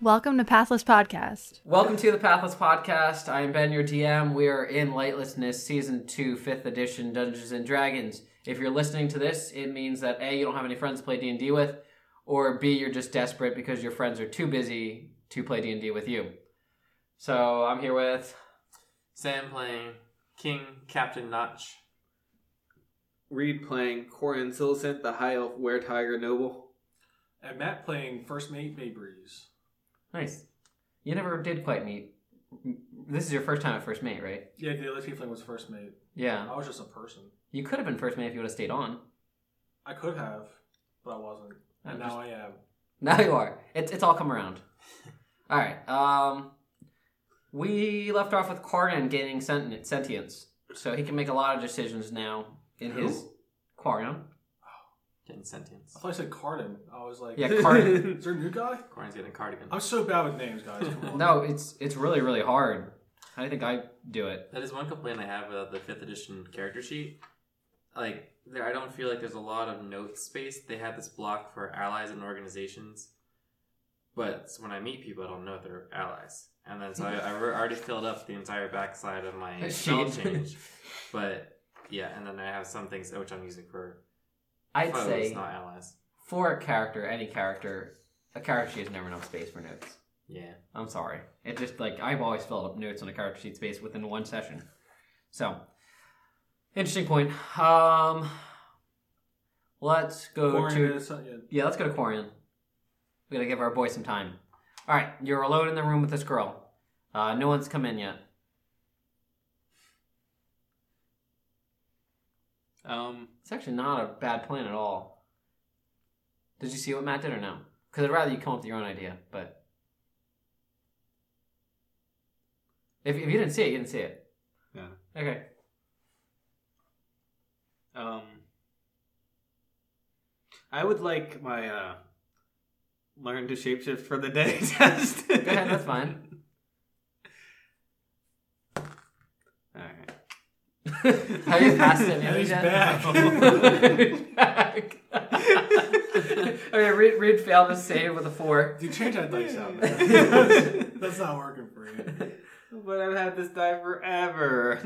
Welcome to Pathless Podcast. Welcome to the Pathless Podcast. I am Ben, your DM. We are in Lightlessness Season 2, 5th Edition Dungeons & Dragons. If you're listening to this, it means that A, you don't have any friends to play D&D with, or B, you're just desperate because your friends are too busy to play D&D with you. So I'm here with... Sam playing King Captain Notch. Reed playing Corin Silicent, the High Elf Were Tiger Noble. And Matt playing First Mate Bay Breeze. Nice. You never did quite meet. This is your first time at First Mate, right? Yeah, the other tiefling was First Mate. Yeah. I was just a person. You could have been First Mate if you would have stayed on. I could have, but I wasn't. And I'm now I am. Now you are. It's it's all come around. All right. Um, we left off with Quarren gaining sentient, sentience, so he can make a lot of decisions now in his Quarren. Getting sentience. I thought I said Cardin. I was like, Yeah, Cardin. is there a new guy? Corin's getting cardigan. I'm so bad with names, guys. Come on. No, it's it's really really hard. I think I do it. That is one complaint I have about the fifth edition character sheet. Like, there, I don't feel like there's a lot of note space. They had this block for allies and organizations, but when I meet people, I don't know if they're allies. And then so I, I re- already filled up the entire backside of my Sheet. spell change. But yeah, and then I have some things which I'm using for I'd foes, say not allies. for a character, any character, a character sheet has never enough space for notes. Yeah, I'm sorry. It just like I've always filled up notes on a character sheet space within one session. So interesting point. Um, let's go Corin to is something- uh, yeah. yeah, let's go to Corian. We gotta give our boy some time. All right, you're alone in the room with this girl. Uh, no one's come in yet. Um, It's actually not a bad plan at all. Did you see what Matt did or no? Because I'd rather you come up with your own idea, but if, if you didn't see it, you didn't see it. Yeah. Okay. um, I would like my uh, learn to shapeshift for the day test. Go ahead, that's fine. All right. Have you passed it? And he's yet? back. okay, Reed, Reed failed to save with a four. Dude, change that dice out, man. That's not working for you. But I've had this die forever.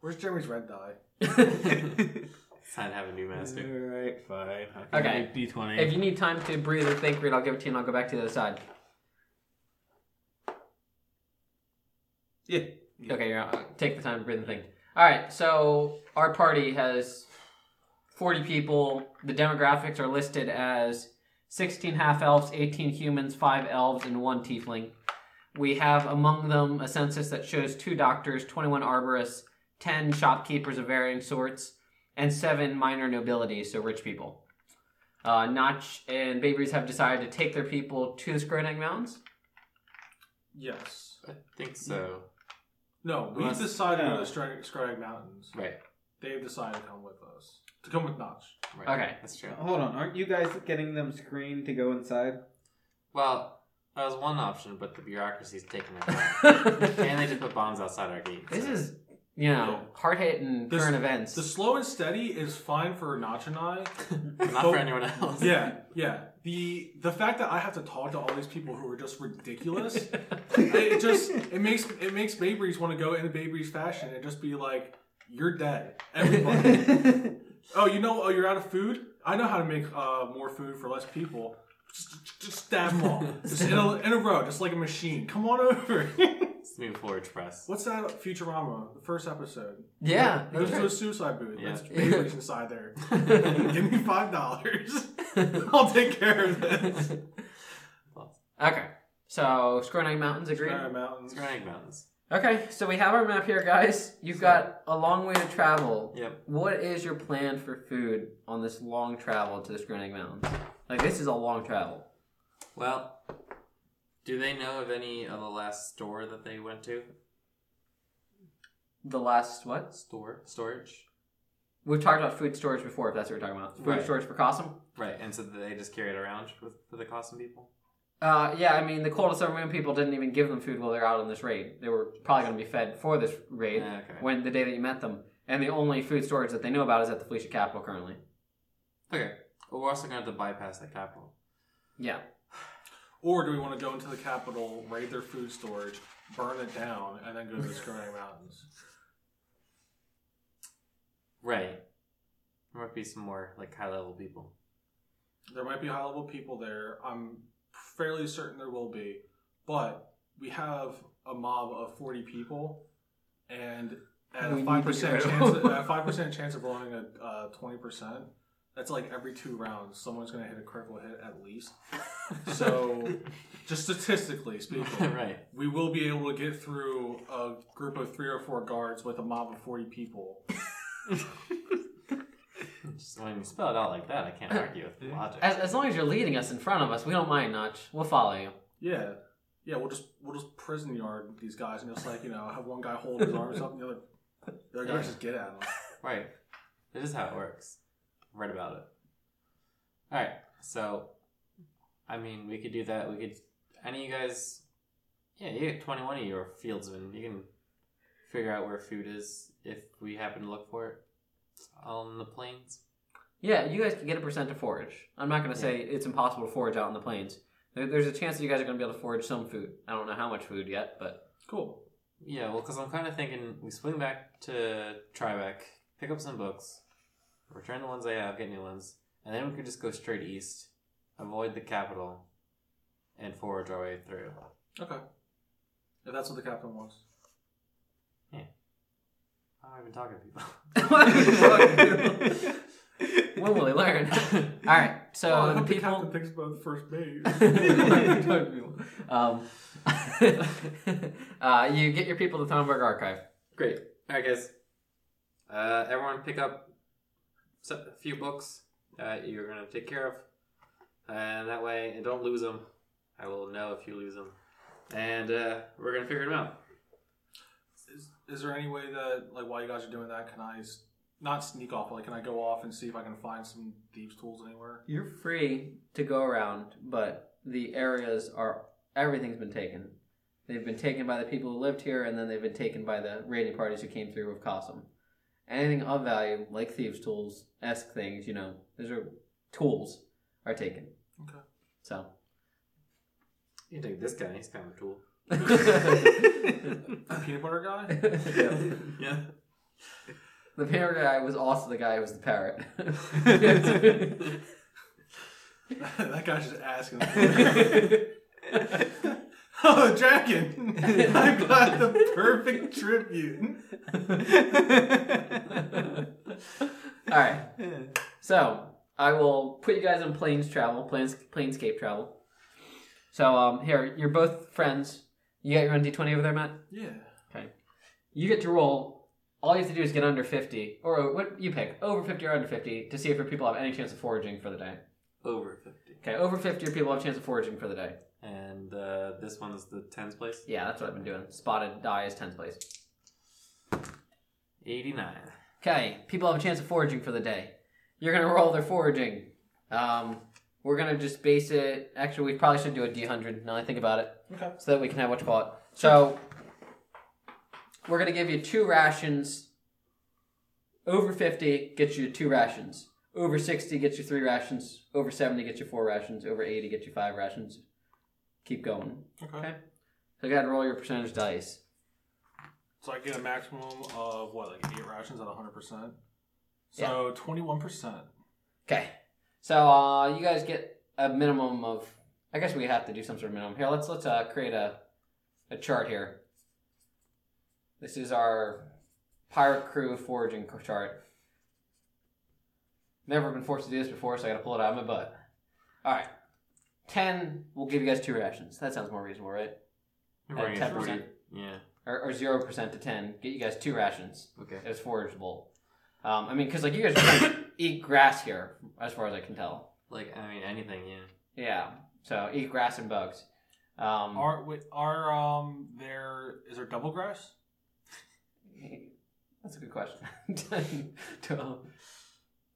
Where's Jeremy's red die? it's time to have a new master. All right, fine. Okay. D twenty. If you need time to breathe and think, Reed, I'll give it to you and I'll go back to the other side. yeah. Okay, you're out. Take the time to breathe and think. All right, so our party has 40 people. The demographics are listed as 16 half elves, 18 humans, 5 elves, and 1 tiefling. We have among them a census that shows 2 doctors, 21 arborists, 10 shopkeepers of varying sorts, and 7 minor nobility, so rich people. Uh, Notch and Babies have decided to take their people to the Scroting Mountains. Yes. Mm. I think so. No, we've Unless- decided no. on the Scrag Scrag Mountains. Right, They've decided to come with us. To come with Notch. right. Okay. That's true. Hold on, aren't you guys getting them screened to go inside? Well, that was one option, but the bureaucracy's taking it. back. and this they just put bombs outside our gates. is, you know, hard hitting This- current events. The slow and steady is fine for Notch and I. not for anyone else. Yeah, yeah. The the fact that I have to talk to all these people who are just ridiculous, it, it just it makes it makes Babies want to go in the Babies fashion and just be like, "You're dead, everybody." oh, you know, oh, you're out of food. I know how to make uh, more food for less people. Just, just stab them all, just in a, in a row, just like a machine. Come on over. Let's move forward, press. What's that Futurama? The first episode. yeah. Goes to a suicide booth. Yeah. That's Babies inside there. Give me five dollars. I'll take care of this. okay. So, Scorning Mountains agreed? Sky Mountains. Granite Mountains. Okay, so we have our map here, guys. You've got a long way to travel. Yep. What is your plan for food on this long travel to the Scorning Mountains? Like, this is a long travel. Well, do they know of any of the last store that they went to? The last, what? Store? Storage? We've talked about food storage before, if that's what we're talking about. Food Right. storage for Cossum? Right, and so they just carry it around with, for the Cosm people? Uh, yeah, I mean, the coldest of moon people didn't even give them food while they're out on this raid. They were probably going to be fed for this raid Yeah, okay. when the day that you met them. And the only food storage that they know about is at the Felicia Capital currently. Okay. But we're also going to have to bypass the capital. Yeah. Or do we want to go into the capital, raid their food storage, burn it down, and then go to the Skirmish Mountains? Right. There might be some more like high level people. There might be high level people there. I'm fairly certain there will be. But we have a mob of 40 people, and at a We need to 5% go. chance, at a 5% chance of rolling a uh, 20%, that's like every two rounds, someone's going to hit a critical hit at least. So, just statistically speaking, right. we will be able to get through a group of three or four guards with a mob of 40 people. Just when you spell it out like that, I can't argue with the logic. As, as long as you're leading us in front of us, we don't mind, Notch. We'll follow you. Yeah. Yeah, we'll just we'll just prison yard these guys and just like, you know, have one guy hold his arms up and the other the other guy just get at him. Right. This is how it works. Read about it. Alright, so I mean we could do that. We could any of you guys Yeah, you get twenty one of your fieldsmen. You can figure out where food is if we happen to look for it. On the plains. Yeah, you guys can get a percent to forage. I'm not going to say it's impossible to forage out in the plains. There, there's a chance that you guys are going to be able to forage some food. I don't know how much food yet, but Cool. Yeah, well, because I'm kind of thinking we swing back to Tribeca, pick up some books, return the ones I have, get new ones, and then we could just go straight east, avoid the capital, and forge our way through. Okay. If that's what the captain wants. How am I even talking to people? when will they learn? All right, so Oh, the people. thinks about first base. um, uh, you get your people to Thonberg Archive. Great. All right, guys. Uh, everyone pick up s- a few books that you're going to take care of. And that way, and don't lose them. I will know if you lose them. And uh, we're going to figure them out. is, is there any way that like while you guys are doing that, can I s- not sneak off, but like can I go off and see if I can find some thieves tools anywhere? You're free to go around, but the areas are everything's been taken. They've been taken by the people who lived here, and then they've been taken by the raiding parties who came through with Cossum. Anything of value, like thieves' tools, esque things, you know, those are tools are taken. Okay. So You can take this guy, he's kind of a tool. The peanut butter guy? the Yeah. parrot guy was also the guy who was the parrot. that guy's just asking. oh, dragon! I got the perfect tribute. All right. So I will put you guys on planes travel, planes planescape travel. So um, here you're both friends. You got your own d20 over there, Matt. Yeah. Okay. You get to roll. All you have to do is get under 50, or uh, what you pick, over 50 or under 50, to see if your people have any chance of foraging for the day. Over 50. Okay, over 50, your people have chance of foraging for the day. And uh, this one is the 10th place. Yeah, that's what I've been doing. Spotted die is 10th place. 89. Okay, people have a chance of foraging for the day. You're gonna roll their foraging. Um, we're gonna just base it. Actually, we probably should do a D100 now that I think about it. Okay. So that we can have what you call it. So, we're gonna give you two rations. Over 50 gets you two rations. Over 60 gets you three rations. Over 70 gets you four rations. Over 80 gets you five rations. Keep going. Okay. Okay. So, you gotta roll your percentage dice. So I get a maximum of what, like eight rations at 100%? So 21%. Okay. So uh, you guys get a minimum of. I guess we have to do some sort of minimum here. Let's let's uh, create a a chart here. This is our pirate crew foraging c- chart. Never been forced to do this before, so I got to pull it out of my butt. All right, ten. We'll give you guys two rations. That sounds more reasonable, right? We're At gonna get 10%. 40. Yeah. Or zero percent to ten. Get you guys two rations. Okay. It's forageable. Um, I mean, because like you guys are trying to eat grass here, as far as I can tell. Like, I mean, anything, yeah. Yeah. So eat grass and bugs. Um, Are, wait, are um, there, is there double grass? that's a good question. 12,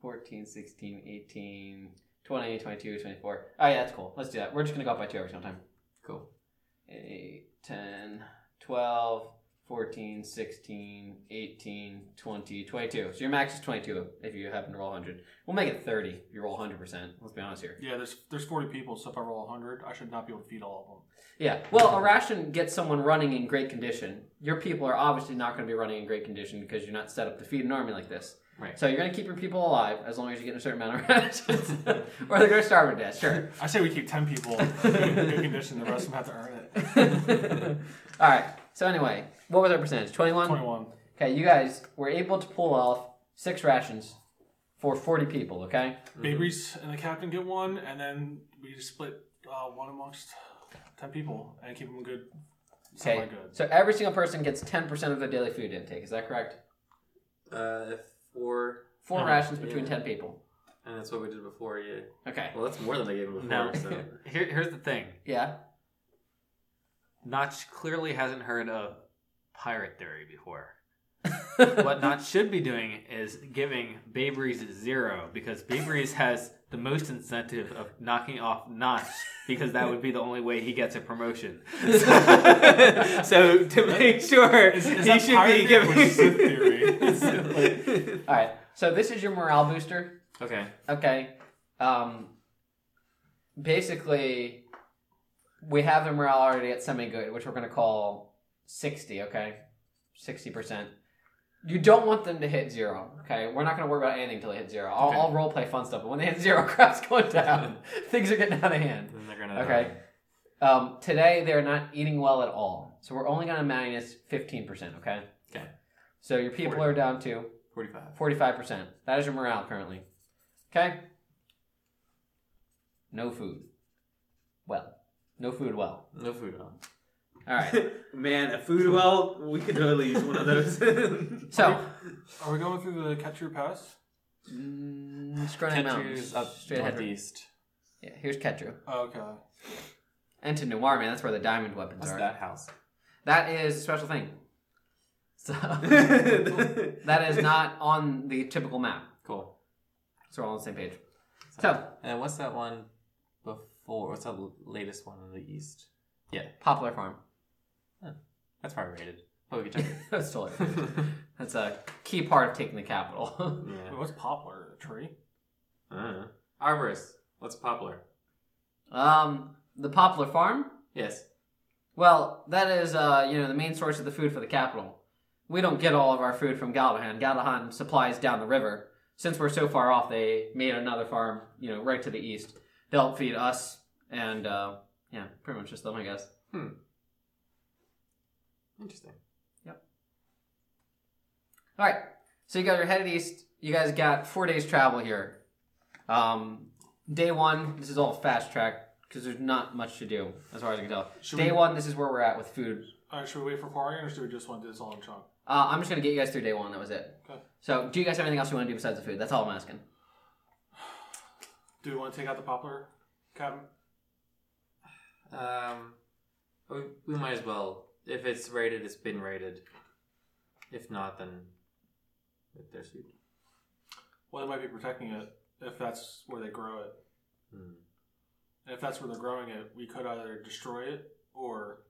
14, 16, 18, 20, 22, 24. Oh, yeah, that's cool. Let's do that. We're just going to go up by two every single time. Cool. 8, 10, 12, 14, 16, 18, 20, 22. So your max is 22 if you happen to roll 100. We'll make it 30 if you roll 100%. Let's be honest here. Yeah, there's there's 40 people, so if I roll 100, I should not be able to feed all of them. Yeah. Well, a ration gets someone running in great condition. Your people are obviously not going to be running in great condition because you're not set up to feed an army like this. Right. So you're going to keep your people alive as long as you get a certain amount of rations. or they're going to starve to death, sure. I say we keep 10 people in good condition, the rest of them have to earn it. All right. So anyway, what was our percentage? 21? 21. Okay, you guys were able to pull off six rations for 40 people, okay? Babies and the captain get one, and then we just split uh, one amongst 10 people and keep them good. Okay. Semi-good. So every single person gets 10% of their daily food intake. Is that correct? Uh, four, 4 Uh-huh. rations between Yeah. 10 people. and that's what we did before. Yeah. Okay. Well, that's more than I gave him before. Now, So. here, here's the thing. Yeah. Notch clearly hasn't heard of pirate theory before. what Notch should be doing is giving Baberies zero because Baberies has the most incentive of knocking off Notch because that would be the only way he gets a promotion. So, to make sure Is he that should pirate be theory or giving Sith theory. All right. So this is your morale booster. Okay. Okay. Um, basically, we have the morale already at semi good, which we're going to call 60, okay? 60%. You don't want them to hit zero, okay? We're not going to worry about anything until they hit zero. I'll, Okay. I'll role play fun stuff, but when they hit zero, crap's going down. Things are getting out of hand. Then they're gonna. Okay. Um, today, they're not eating well at all. So we're only going to minus 15%, okay? Okay. So your people Forty. are down to Forty-five. 45%. That is your morale currently. Okay? No food. Well. No food well. No food on. All right. Man, a food well, we could totally use one of those. So, Are we going through the Catcher Pass? mm, Scrawny Mountains. Oh, Catcher's up straight ahead. northeast. Yeah, here's Ketru. Oh, okay. And to Noir, man. That's where the diamond weapons What's are. that house? That is a special thing. So, that is not on the typical map. Cool. So we're all on the same page. So, And what's that one before? What's that l- latest one in the east? Yeah, Poplar Farm. that's probably rated. Oh, we can check it. That's totally. That's a key part of taking the capital. Wait, yeah. what's poplar? A tree? I don't know. Arborist. What's poplar? um, the Poplar Farm? Yes. Well, that is, uh, you know, the main source of the food for the capital. We don't get all of our food from Galdahan. Galdahan supplies down the river. Since we're so far off, they made another farm, you know, right to the east. to help feed us and, uh, yeah, pretty much just them, I guess. Interesting. All right, so you guys are headed east. You guys got four days travel here. Um, day one, this is all fast track because there's not much to do, as far as I can tell. Should day we- one, this is where we're at with food. All right, should we wait for Quarian or should we just want to do this all in chunk? Uh, I'm just gonna get you guys through day one. That was it. Okay. So, do you guys have anything else you want to do besides the food? That's all I'm asking. Do we want to take out the poplar, Captain? Um, we, we might as well. If it's rated, it's been rated. If not, then if there's food. Well, they might be protecting it if that's where they grow it. Hmm. And if that's where they're growing it, we could either destroy it or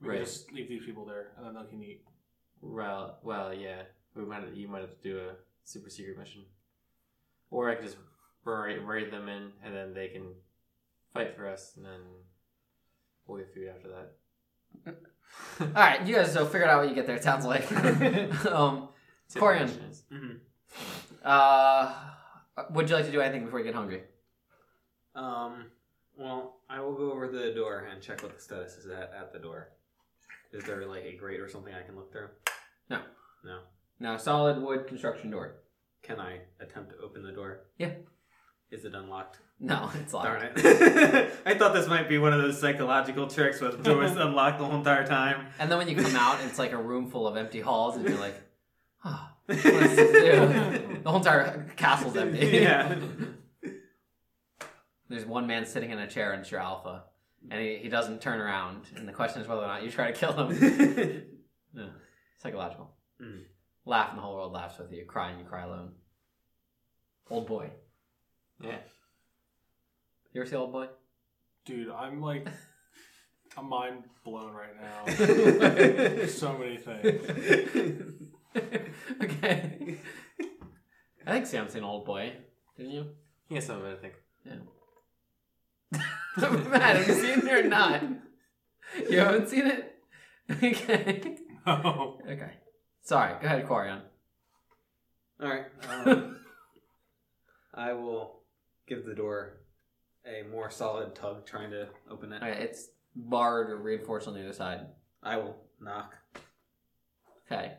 we Right. could just leave these people there and then they can eat. Well, well, yeah. We might. Have, you might have to do a super secret mission, or I could just raid, raid them in, and then they can fight for us, and then we'll get food after that. All right, you guys. So, figure it out when you get there. It sounds like. um, See what the Corian. mission is. uh, would you like to do anything before you get hungry? Um, well, I will go over to the door and check what the status is at at the door. Is there like a grate or something I can look through? No. No. No, solid wood construction door. Can I attempt to open the door? Yeah. Is it unlocked? No, it's locked. Darn it. I thought this might be one of those psychological tricks where the door is unlocked the whole entire time. And then when you come out, it's like a room full of empty halls, and you're like, oh, what is this do? The whole entire castle's empty. yeah. There's one man sitting in a chair, and it's your alpha. And he, he doesn't turn around. And the question is whether or not you try to kill him. No. Psychological. Mm. Laugh, and the whole world laughs with you. Cry, and you cry alone. Old boy. Yeah. You ever see Old Boy? Dude, I'm like, I'm I'm mind blown right now. okay. so many things. okay. I think Sam's an old boy, didn't you? Yes, I'm gonna think. Matt, have you seen it or not? You haven't seen it? Okay. Oh. Okay. Sorry. Go ahead, Corian. All right. Um, I will give the door a more solid tug, trying to open it. Okay, it's barred or reinforced on the other side. I will knock. Okay.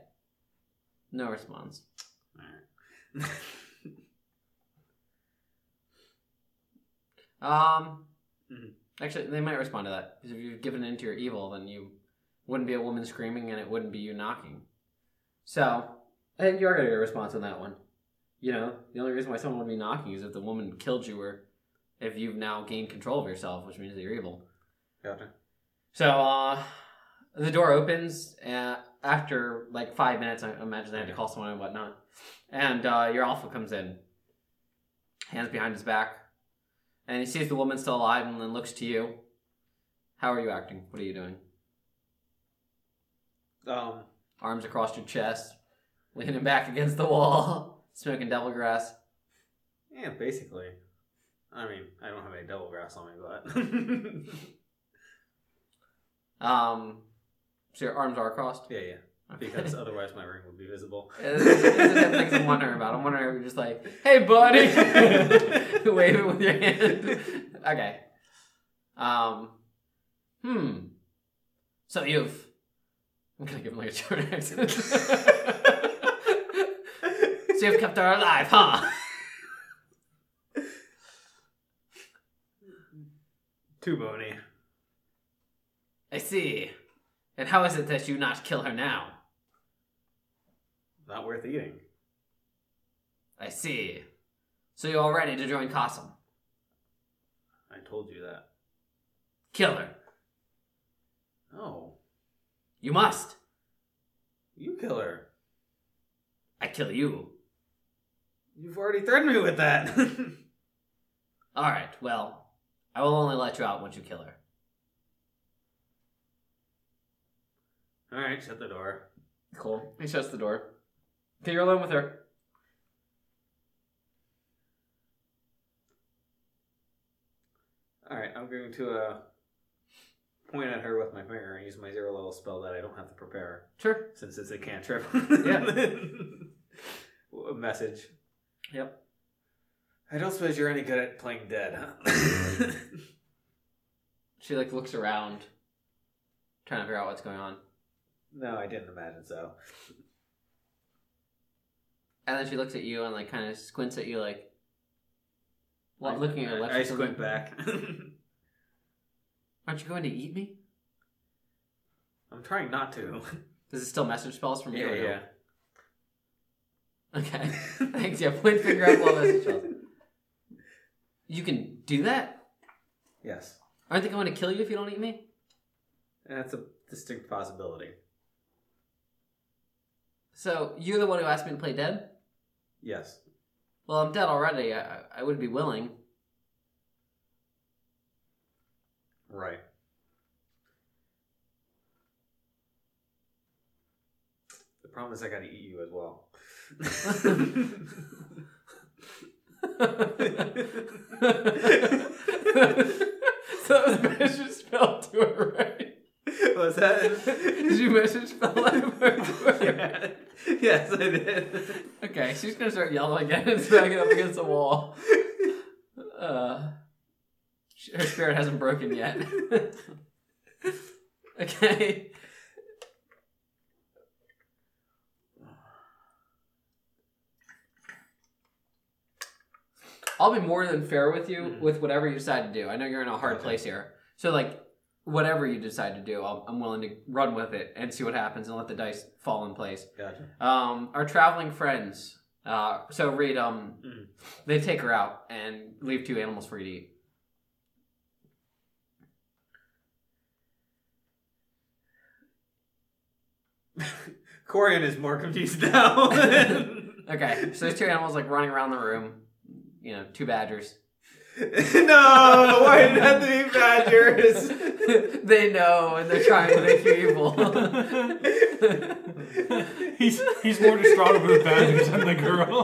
No response. Um. Mhm. Actually, they might respond to that because if you've given in to your evil, then you wouldn't be a woman screaming, and it wouldn't be you knocking. So, I think you are going to get a response on that one. You know, the only reason why someone would be knocking is if the woman killed you, or if you've now gained control of yourself, which means that you're evil. Gotcha. So uh, the door opens uh, after like five minutes. I imagine they had to call someone and whatnot. And uh, your alpha comes in, hands behind his back, and he sees the woman still alive, and then looks to you. How are you acting? What are you doing? Um, Arms across your chest, leaning back against the wall, smoking devil grass. yeah, basically. I mean, I don't have any double grass on me, Um, so your arms are crossed. but yeah, yeah. Because otherwise, my ring would be visible. It's the things I'm wondering about. I'm wondering if you're just like, hey, buddy, wave it with your hand. Okay. Um. Hmm. So you've. I'm gonna give him like a German accent. so you've kept her alive, huh? Too bony. I see. And how is it that you not kill her now? Not worth eating. I see. So you're all ready to join Cossum. I told you that. Kill her. Oh, You must. you kill her. I kill you. You've already threatened me with that. All right. Well, I will only let you out once you kill her. All right, shut the door. Cool. He shuts the door. Okay, you're alone with her. All right, I'm going to uh, point at her with my finger and use my zero level spell that I don't have to prepare Sure. since it's a cantrip. A Message. Yep. I don't suppose you're any good at playing dead, huh? She like looks around, trying to figure out what's going on, no, I didn't imagine so. and then she looks at you and like kind of squints at you, like what, I- looking at your left. I or something. squint back. Aren't you going to eat me? I'm trying not to. Does it still message spells from you? Yeah, or no? yeah. Okay. Thanks. Yeah. Point finger out while message spells. You can do that. Yes, Aren't they going to kill you if you don't eat me? that's a distinct possibility. So you're the one who asked me to play dead. Yes. Well, I'm dead already. I, I would be willing. Right. The problem is I gotta eat you as well. so that was message spell to her, right? Was that? Did you message spell that word to her? Yes, I did. Okay, she's gonna start yelling again and smacking up against the wall. Uh, sh- her spirit hasn't broken yet. okay. I'll be more than fair with you with whatever you decide to do. I know you're in a hard place here. So, like, whatever you decide to do, I'll, I'm willing to run with it and see what happens and let the dice fall in place Gotcha. um, our traveling friends. Uh, so Reed, um, Mhm. they take her out and leave two animals for you to eat. Corian is more confused now. Okay, so there's two animals like running around the room. You know, two badgers. no, why did it have to be badgers? they know and they're trying to make you evil. he's He's more distraught over the badgers than the girl.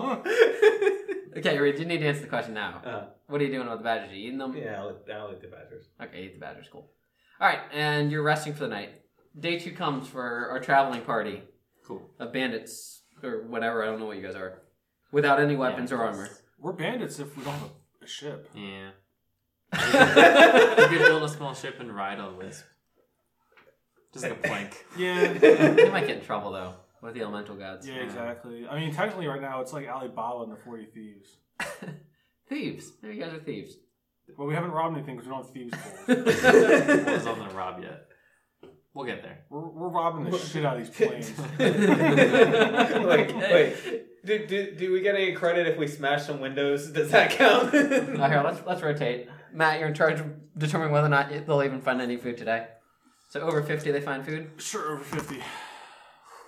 okay, Reed, you need to answer the question now. Uh, What are you doing with the badgers? Are you eating them? yeah, I'll, I'll eat the badgers. Okay, eat the badgers. Cool. All right, and you're resting for the night. Day two comes for our traveling party Cool. of bandits or whatever. I don't know what you guys are, without any weapons or armor. We're bandits if we don't have a ship. Yeah. You could build a small ship and ride on Wisp. Just like a plank. Yeah, you might get in trouble though with the elemental gods. yeah, exactly. I mean, technically, right now it's like Alibaba and the Forty Thieves. Thieves. There you guys are thieves. Well, we haven't robbed anything because we don't have thieves. tools. I was on the rob yet. We'll get there. we're, we're robbing the shit out of these planes. like, wait, do, do, do we get any credit if we smash some windows? Does that count? Now here, let's let's rotate. Matt, you're in charge of determining whether or not they'll even find any food today. So over fifty, they find food. sure, over fifty.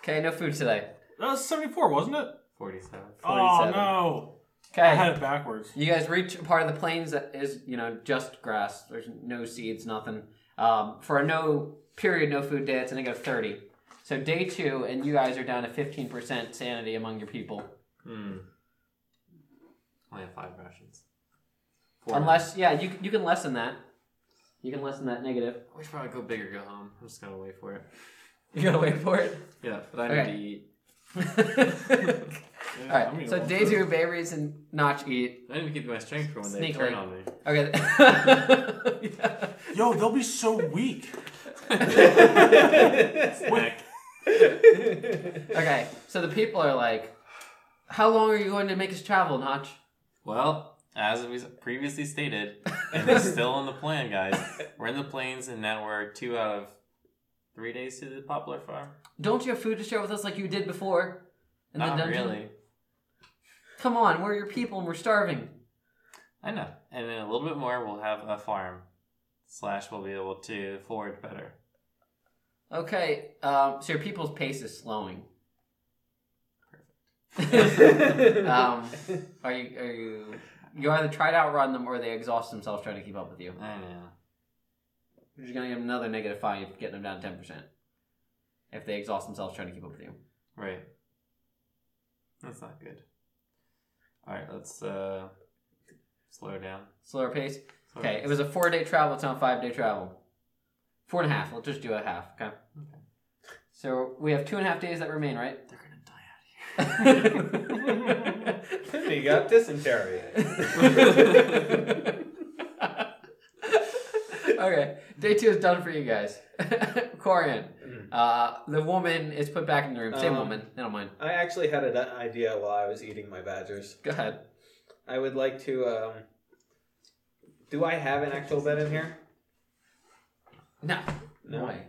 Okay, no food today. That was seventy-four, wasn't it? 47. Oh 47. no, I Okay, had it backwards. you guys reach a part of the plains that is you know just grass. There's no seeds, nothing. Um, for a no period, no food day, it's a negative thirty. So day two, and you guys are down to fifteen percent sanity among your people, Hmm. Only have five rations. Four. unless yeah, you you can lessen that. You can lessen that negative. We should probably go big or go home. I'm just gonna wait for it. You gotta wait for it. Yeah, but I Okay. need to eat. Yeah, All right. I'm eating so all day this. two, Bayberries and Notch eat. I need to keep my strength for when they Sneakily. turn on me. Okay. Yo, they'll be so weak. Snack. Okay. So the people are like, "How long are you going to make us travel, Notch?" Well, as we previously stated, and it's still in the plan, guys. We're in the plains, and now we're two out of three days to the poplar farm. Don't you have food to share with us like you did before? In the Not dungeon? really. Come on, we're your people and we're starving. I know. And in a little bit more, we'll have a farm. Slash, we'll be able to forage better. Okay. Um, so your people's pace is slowing. Um, are you? Are you? You either try to outrun them or they exhaust themselves trying to keep up with you. I know. You're gonna get another negative five, getting them down ten percent. If they exhaust themselves trying to keep up with you. Right. That's not good. All right, let's uh slow down. Slower pace. Slow Okay, down. it was a four day travel, it's now a five day travel. Four and a half. We'll just do a half, okay? Okay. So we have two and a half days that remain, right? They're gonna die out you got dysentery. okay, day two is done for you guys. Corian, uh, the woman is put back in the room. Same Um, woman, they don't mind. I actually had an idea while I was eating my badgers. Go ahead. I would like to. Um, do I have an actual bed in here? No, No. no way.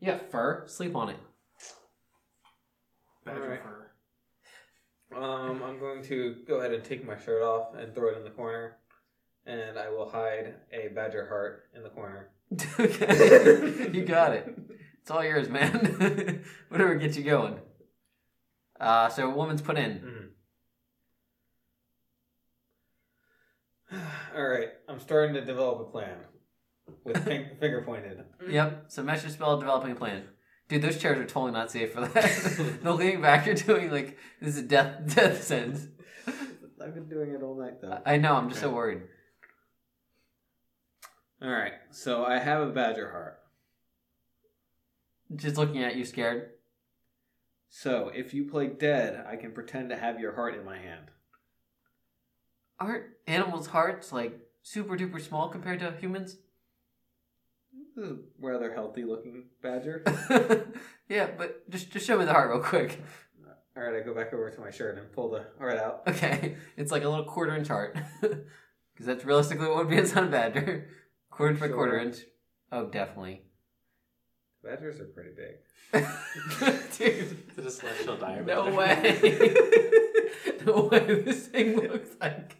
You got fur, sleep on it. Badger Alright. fur. Um, I'm going to go ahead and take my shirt off and throw it in the corner, and I will hide a badger heart in the corner. okay. you got it. It's all yours, man. Whatever gets you going. Uh, so a woman's put in. All right, I'm starting to develop a plan with fin- finger pointed. Mm-hmm. Yep. So mesh your spell, developing a plan. Dude, those chairs are totally not safe for that. the leaning back, you're doing like this is a death death sentence. I've been doing it all night though. I know. I'm just so worried. All right, so I have a badger heart. Just looking at you, scared. So if you play dead, I can pretend to have your heart in my hand. Aren't animals' hearts like super duper small compared to humans? This is a rather healthy looking badger. yeah, but just just show me the heart real quick. All right, I go back over to my shirt and pull the heart out. Okay, it's like a little quarter inch heart. Because that's realistically what would be inside a badger. Quarter inch by Sure. quarter inch. Oh, definitely. Badgers are pretty big. Dude, here. Just let she'll die. no way. no way this thing looks like.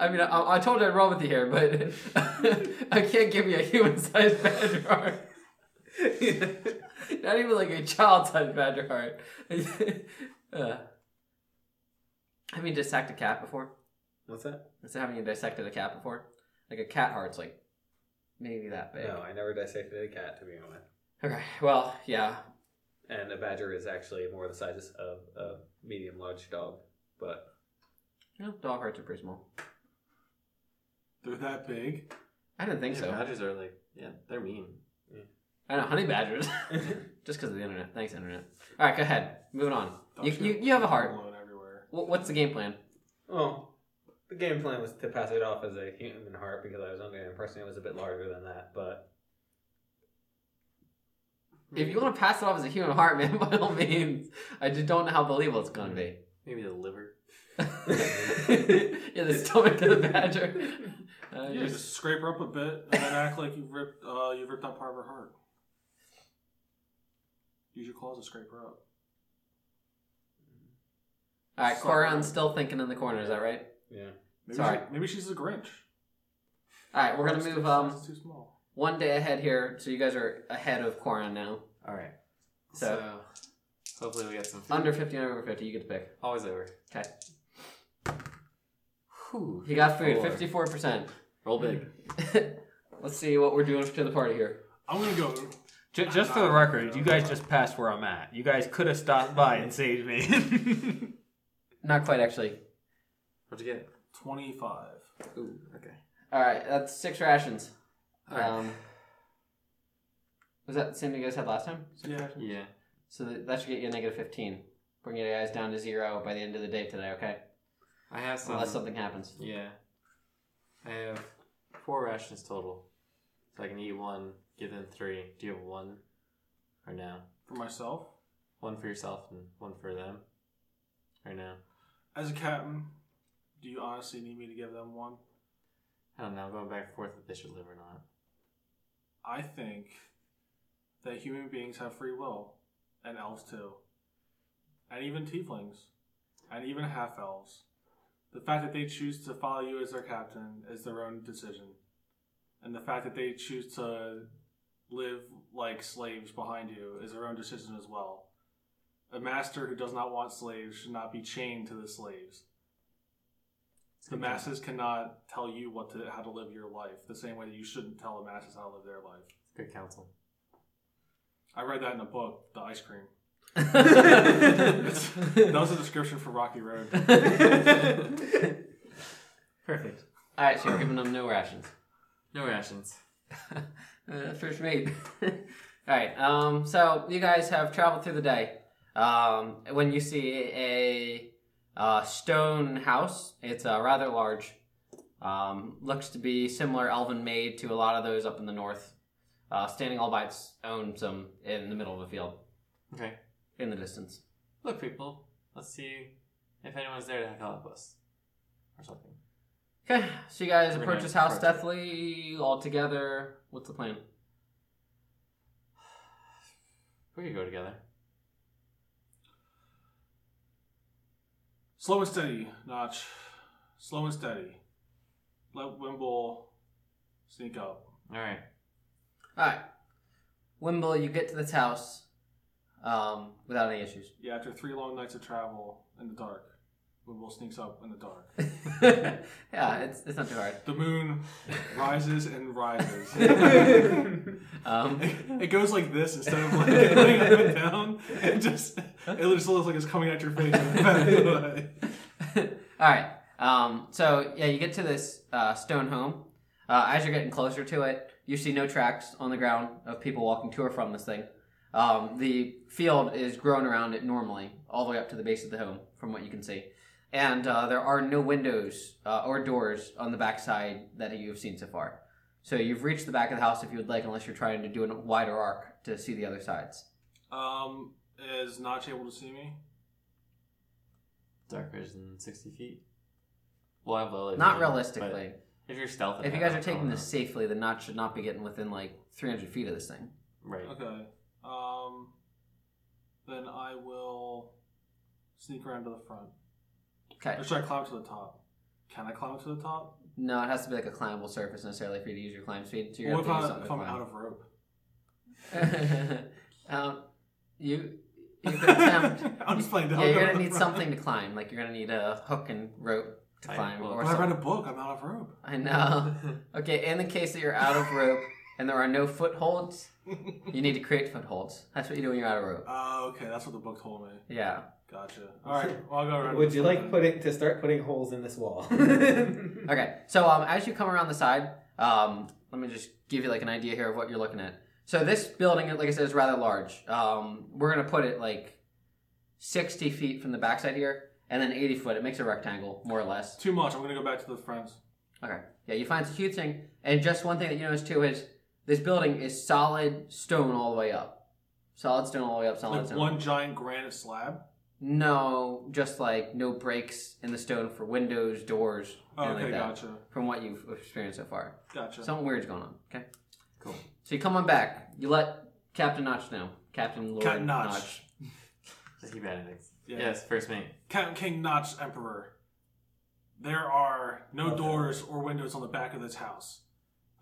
I mean, I, I told you I'd roll with you here, but I can't give you a human sized badger heart. Not even like a child sized badger heart. uh, I mean, dissect a cat before. What's that? Instead of having you dissected a cat before, like a cat heart's like maybe that big. No, I never dissected a cat to begin with. Okay, well, yeah. And a badger is actually more the size of a medium large dog, but No, dog hearts are pretty small. They're that big. I didn't think Yeah, so. Badgers are like, yeah, they're mean. I know honey badgers, just because of the internet. Thanks, internet. All right, go ahead. Moving on. You, Dogs you, get you have a heart. blown everywhere. Wh- What's the game plan? well, the game plan was to pass it off as a human heart because I was under the impression it was a bit larger than that. But If you want to pass it off as a human heart, man, by all means. I just don't know how believable it's gonna be. Maybe the liver. yeah, the stomach of the badger. Uh, Yeah, just- just scrape her up a bit and then act like you ripped uh, you ripped out part of her heart. Use your claws to scrape her up. All right, Coron's still thinking in the corner. Is that right? yeah, Maybe Sorry. she- maybe she's a Grinch. All right, we're It's gonna too- move um it's too small. one day ahead here, so you guys are ahead of Coron now. All right. So- So, hopefully we get some food. Under fifty and over fifty, you get to pick. Always over. Okay, Whew. he got food, Four. fifty-four percent. Roll big. Let's see what we're doing to the party here. I'm gonna go. J- just for the record, you guys just passed where I'm at. You guys could have stopped by and saved me. Not quite actually. What'd you get? Twenty five. Ooh, okay. All right, that's six rations. All right. Um, was that the same you guys had last time? Six Yeah. rations? yeah. So that, that should get you a negative fifteen. Bring your guys down to zero by the end of the day today. Okay, I have some. unless something happens. Yeah. I have four rations total. So I can eat one, give them three. Do you have one? Or no? For myself, One for yourself and one for them? Or no? as a captain, do you honestly need me to give them one? I don't know. I'm going back and forth if they should live or not. I think that human beings have free will, and elves too, and even tieflings, and even half elves. The fact that they choose to follow you as their captain is their own decision, and the fact that they choose to live like slaves behind you is their own decision as well. A master who does not want slaves should not be chained to the slaves. The masses cannot tell you what to how to live your life the same way that you shouldn't tell the masses how to live their life. Good counsel. I read that in a book, The Ice Cream. That All was a description for Rocky Road. Perfect. right, so you're giving them no rations. No rations. Uh, first mate. All right. Um, so you guys have traveled through the day. Um, when you see a uh, stone house, it's uh, rather large. Um, looks to be similar elven made to a lot of those up in the north. Uh, standing all by its own, some in the middle of a field Okay. in the distance. Look, people. Let's see if anyone's there to help us. Or something. Okay, so you guys We're approach gonna this house approach it. stealthily all together. What's the plan? We could go together. Slow and steady, Notch. Slow and steady. Let Wimble sneak up. Alright. All right, Wimble, you get to this house um, without any issues. Yeah, after three long nights of travel in the dark, Wimble sneaks up in the dark. yeah, it's, it's not too hard. The moon rises and rises. Um, it goes like this instead of like laying up and down. It just it just looks like it's coming at your face. all right. Um, so yeah, you get to this uh, stone home. Uh, as you're getting closer to it, you see no tracks on the ground of people walking to or from this thing. Um, the field is grown around it normally, all the way up to the base of the home, from what you can see. And uh, there are no windows uh, or doors on the backside that you've seen so far. So you've reached the back of the house if you would like, unless you're trying to do a wider arc to see the other sides. um, is Notch able to see me? Dark vision, 60 feet. Well, I have low light Not vision, realistically. but If you're stealthy. If you I guys don't- are I taking don't this know. safely, the knot should not be getting within like 300 feet of this thing. Right. Okay. Um, then I will sneak around to the front. Okay. Or should I climb to the top? Can I climb to the top? No, it has to be like a climbable surface necessarily for you to use your climb speed. So you're What going if, to have to I, use if I'm out something of rope? to climb. um, you, you could attempt. I'm just playing. yeah, down. you're going to need something to climb. Like you're going to need a hook and rope to climb. well, or But I read something. a book. I'm out of rope. I know. Okay, in the case that you're out of rope and there are no footholds, you need to create footholds. That's what you do when you're out of rope. Oh, okay. That's what the book told me. Yeah. Gotcha. All right. Well, I'll go around. Would you like putting to start putting holes in this wall? okay. Okay. So um, as you come around the side, um, let me just give you like an idea here of what you're looking at. So this building, like I said, is rather large. Um, we're gonna put it like sixty feet from the backside here, and then eighty foot. It makes a rectangle, more or less. Too much. I'm gonna go back to the friends. Okay. Yeah, you find it's a huge thing, and just one thing that you notice too is this building is solid stone all the way up. Solid stone all the way up. Solid Like stone. one giant granite slab. No, just like no breaks in the stone for windows, doors, Oh, anything okay. like that. Gotcha. From what you've experienced so far, Gotcha. something weird's going on. Okay, Cool. So you come on back. You let Captain Notch know, Captain Lord Captain Notch. Just keep adding things. Yeah. Yes, first mate. Captain King Notch Emperor. There are no doors or windows on the back of this house.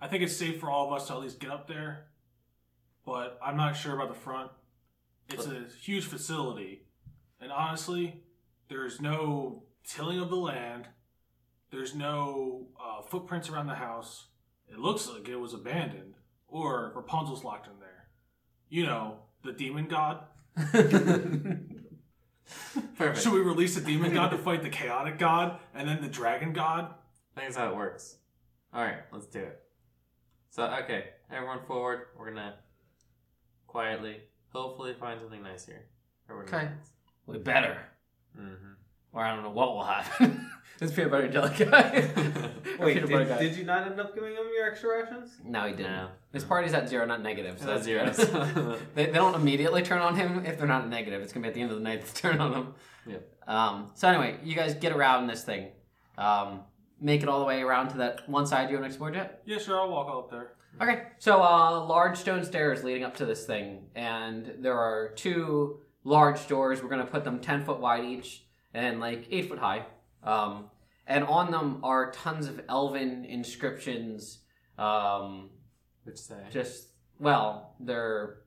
I think it's safe for all of us to at least get up there, but I'm not sure about the front. It's a huge facility, and honestly, there's no tilling of the land. There's no uh, footprints around the house. It looks like it was abandoned, or Rapunzel's locked in there. You know, the demon god. Perfect. Should we release the demon god to fight the chaotic god and then the dragon god? I think that's how it works. All right, let's do it. So, okay, everyone forward. We're gonna quietly, hopefully, find something nice here. Okay. We better, Mm-hmm. or I don't know what will happen. this peanut butter and jelly guy. Or Wait, peanut butter did, guy. did you not end up giving them your extra rations? No, he didn't. No. His party's at zero, not negative. So That's zero. that's they, they don't immediately turn on him if they're not negative. It's gonna be at the end of the night they turn on him. Yep. Um, so anyway, you guys get around this thing. Um, make it all the way around to that one side you want to explore yet? Yeah, sure, I'll walk out there. Okay. So uh, large stone stairs leading up to this thing, and there are two large doors. We're gonna put them ten foot wide each and like eight foot high. Um, and on them are tons of elven inscriptions. Um, Which say? just well they're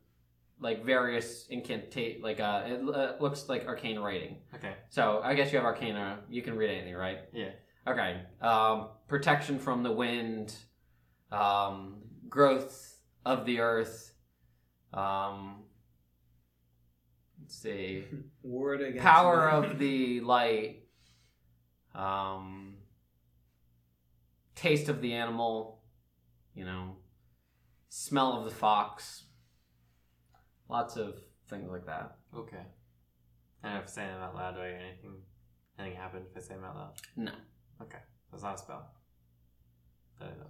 like various incantate like uh it uh, looks like arcane writing Okay. so i guess you have arcana you can read anything right Yeah. okay um protection from the wind um growth of the earth um let's see Ward against power me. of the light um taste of the animal you know smell of the fox lots of things like that Okay. I don't know if I'm saying them out loud. Do I get anything? Anything happen if I say them out loud? no Okay. That's not a spell. I don't know.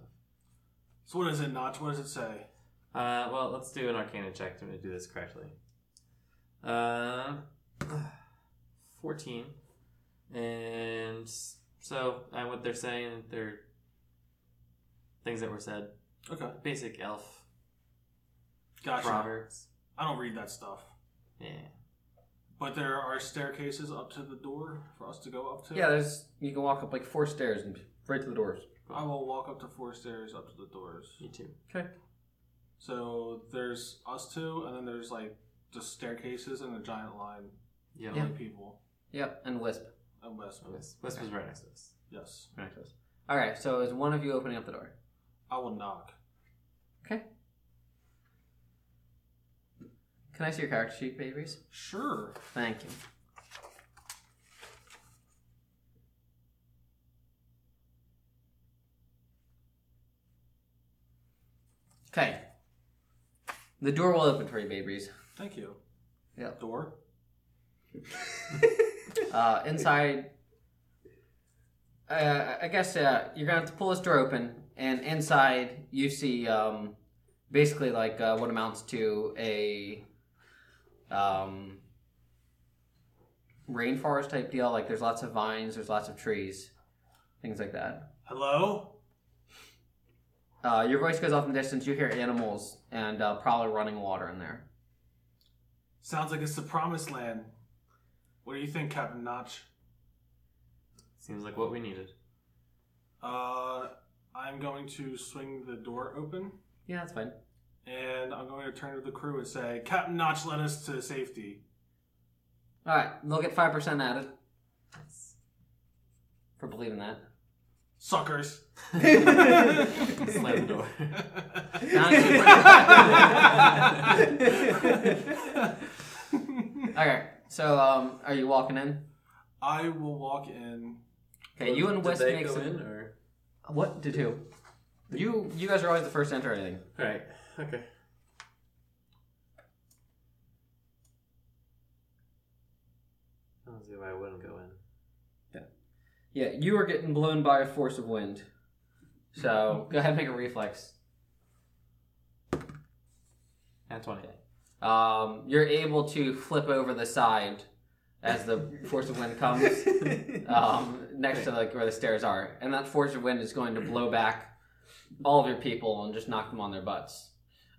So what is it, Notch? What does it say? Uh, well, let's do an Arcana check to do this correctly. Um, fourteen, and s- so uh, what they're saying, they're things that were said, Okay. basic elf Gotcha. proverbs. I don't read that stuff. Yeah, But there are staircases up to the door for us to go up to. yeah there's you can walk up like four stairs and right to the doors I will walk up to four stairs up to the doors. you too. okay So there's us two, and then there's like just staircases and a giant line Yeah, of Yeah. like, people. yep and wisp And West. Wisp. Wisp is right next to us. Yes. all right so is one of you opening up the door I will knock. okay can i see your character sheet babies Sure. thank you Okay. The door will open for you, babies. Thank you. Yeah. Door. Uh, inside, uh, I guess uh, you're gonna have to pull this door open, and inside you see um, basically like uh, what amounts to a um, rainforest type deal. Like there's lots of vines, there's lots of trees, things like that. Hello? Uh, your voice goes off in the distance. You hear animals and uh, probably running water in there. Sounds like it's the promised land. What do you think, Captain Notch? Seems like what we needed. Uh, I'm going to swing the door open, Yeah, that's fine. and I'm going to turn to the crew and say, "Captain Notch led us to safety." All right, they'll get five percent added. for believing that. Suckers. Slam the door. Okay, so um, are you walking in? I will walk in. Okay, you and Did Wes they make go some. in or? What did who? You you guys are always the first to enter anything. All right. Okay. I don't see why I wouldn't go in. Yeah, you are getting blown by a force of wind. So go ahead and make a reflex. That's one. Um, you're able to flip over the side as the force of wind comes um, next to like where the stairs are, and that force of wind is going to blow back all of your people and just knock them on their butts.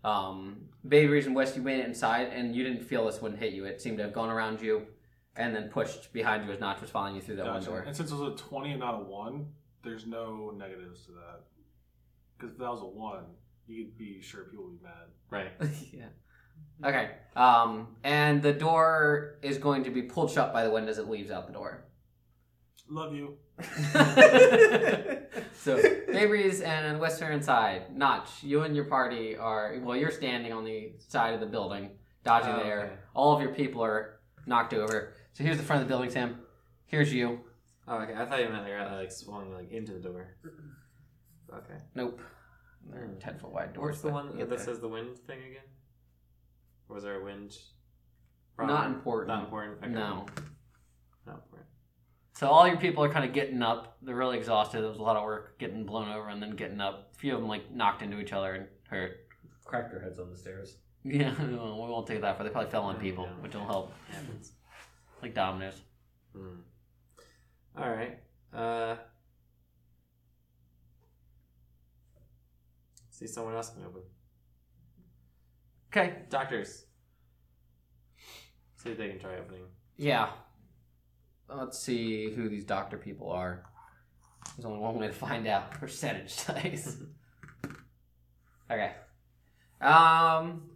Um, Baby Reason West, you made it inside, and you didn't feel this wind hit you. It seemed to have gone around you and then pushed behind you as Notch was following you through that one Gotcha. door. And since it was a 20 and not a 1, there's no negatives to that. Because if that was a 1, you could be sure people would be mad. Right. yeah. Okay. Um, and the door is going to be pulled shut by the wind as it leaves out the door. Love you. So, Fabries and Western side, Notch, you and your party are, well, you're standing on the side of the building, dodging the air. Oh, Okay. All of your people are knocked over. So here's the front of the building, Sam. Here's you. Oh, okay. I thought you meant like I like swung like into the door. Okay. Nope. They're 10 foot wide doors. What's the but one you that get there. says the wind thing again? Or was there a wind? Not important. Not important. Okay. No. Not important. So all your people are kind of getting up. They're really exhausted. It was a lot of work getting blown over and then getting up. A few of them like knocked into each other and hurt. Crack their heads on the stairs. Yeah, well, we won't take that far. They probably fell on Oh, people, yeah. which will help. Happens. Like dominoes. Hmm. All right. Uh. See someone else can open. Okay. Doctors. See if they can try opening. Yeah. Let's see who these doctor people are. There's only one way to find out percentage dice. okay. Um,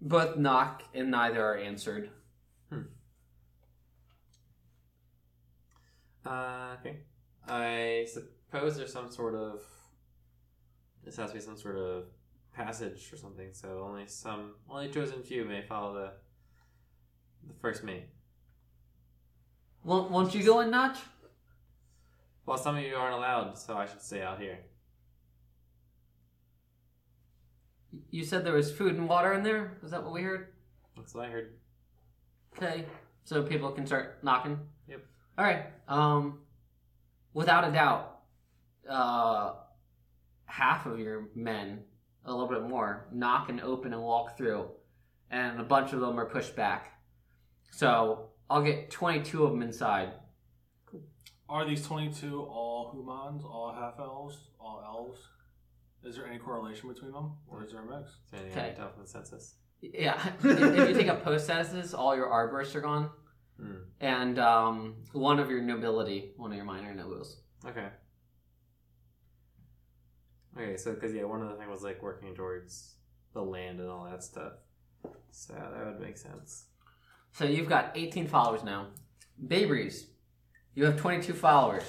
both knock and neither are answered. Uh, okay. I suppose there's some sort of. This has to be some sort of passage or something. So only some, only chosen few may follow the. The first mate. Won't, won't you go in, Notch? Well, some of you aren't allowed, so I should stay out here. You said there was food and water in there. Is that what we heard? That's what I heard. Okay. So people can start knocking. Yep. All right. Um, without a doubt, uh, half of your men, a little bit more, knock and open and walk through, and a bunch of them are pushed back. So I'll get twenty-two of them inside. Are these 22 all humans, all half elves, all elves? Is there any correlation between them? Or is there a mix? Is there any Okay. tell from the census? Yeah. if, if you take up post statuses, all your arborists are gone, Hmm. and um, one of your nobility, one of your minor nobles. Okay. Okay, so because yeah, one of the things was like working towards the land and all that stuff. So that would make sense. So you've got eighteen followers now. Babries, you have twenty-two followers.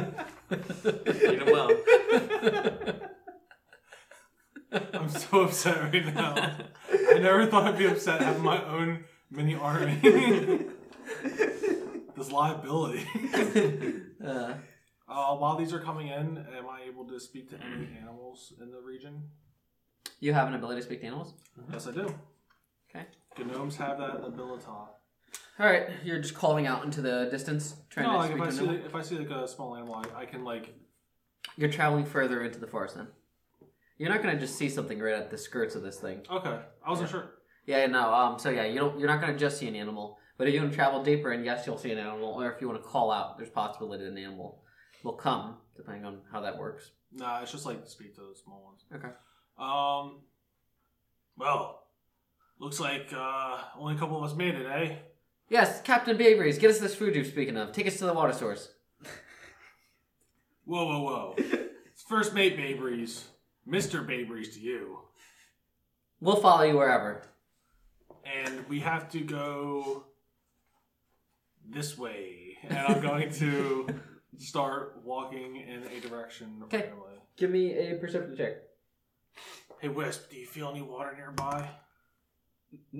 You know, well, I'm so upset right now. I never thought I'd be upset having my own mini army. this liability. Uh, Uh, while these are coming in, am I able to speak to any animals in the region? you have an ability to speak to animals. Yes, I do. Mm-hmm. Okay. Gnomes have that ability. All right, you're just calling out into the distance, trying No, to like speak if I to see them. like, if I see like a small animal, I, I can like You're traveling further into the forest then. You're not gonna just see something right at the skirts of this thing. okay. I wasn't sure. Yeah, yeah, no. Um, so yeah, you don't. You're not gonna just see an animal, but if you want to travel deeper, and yes, you'll see an animal, or if you want to call out, there's possibility that an animal will come, depending on how that works. Nah, it's just like speak to the small ones. Okay. Um. Well, looks like uh, only a couple of us made it, eh? Yes, Captain Baybreeze, get us this food you're speaking of. Take us to the water source. Whoa, whoa, whoa! It's First mate Babries, Mister Babries to you, We'll follow you wherever. and we have to go this way, and I'm going to start walking in a direction Okay. randomly. Give me a perception check. Hey Wisp, do you feel any water nearby?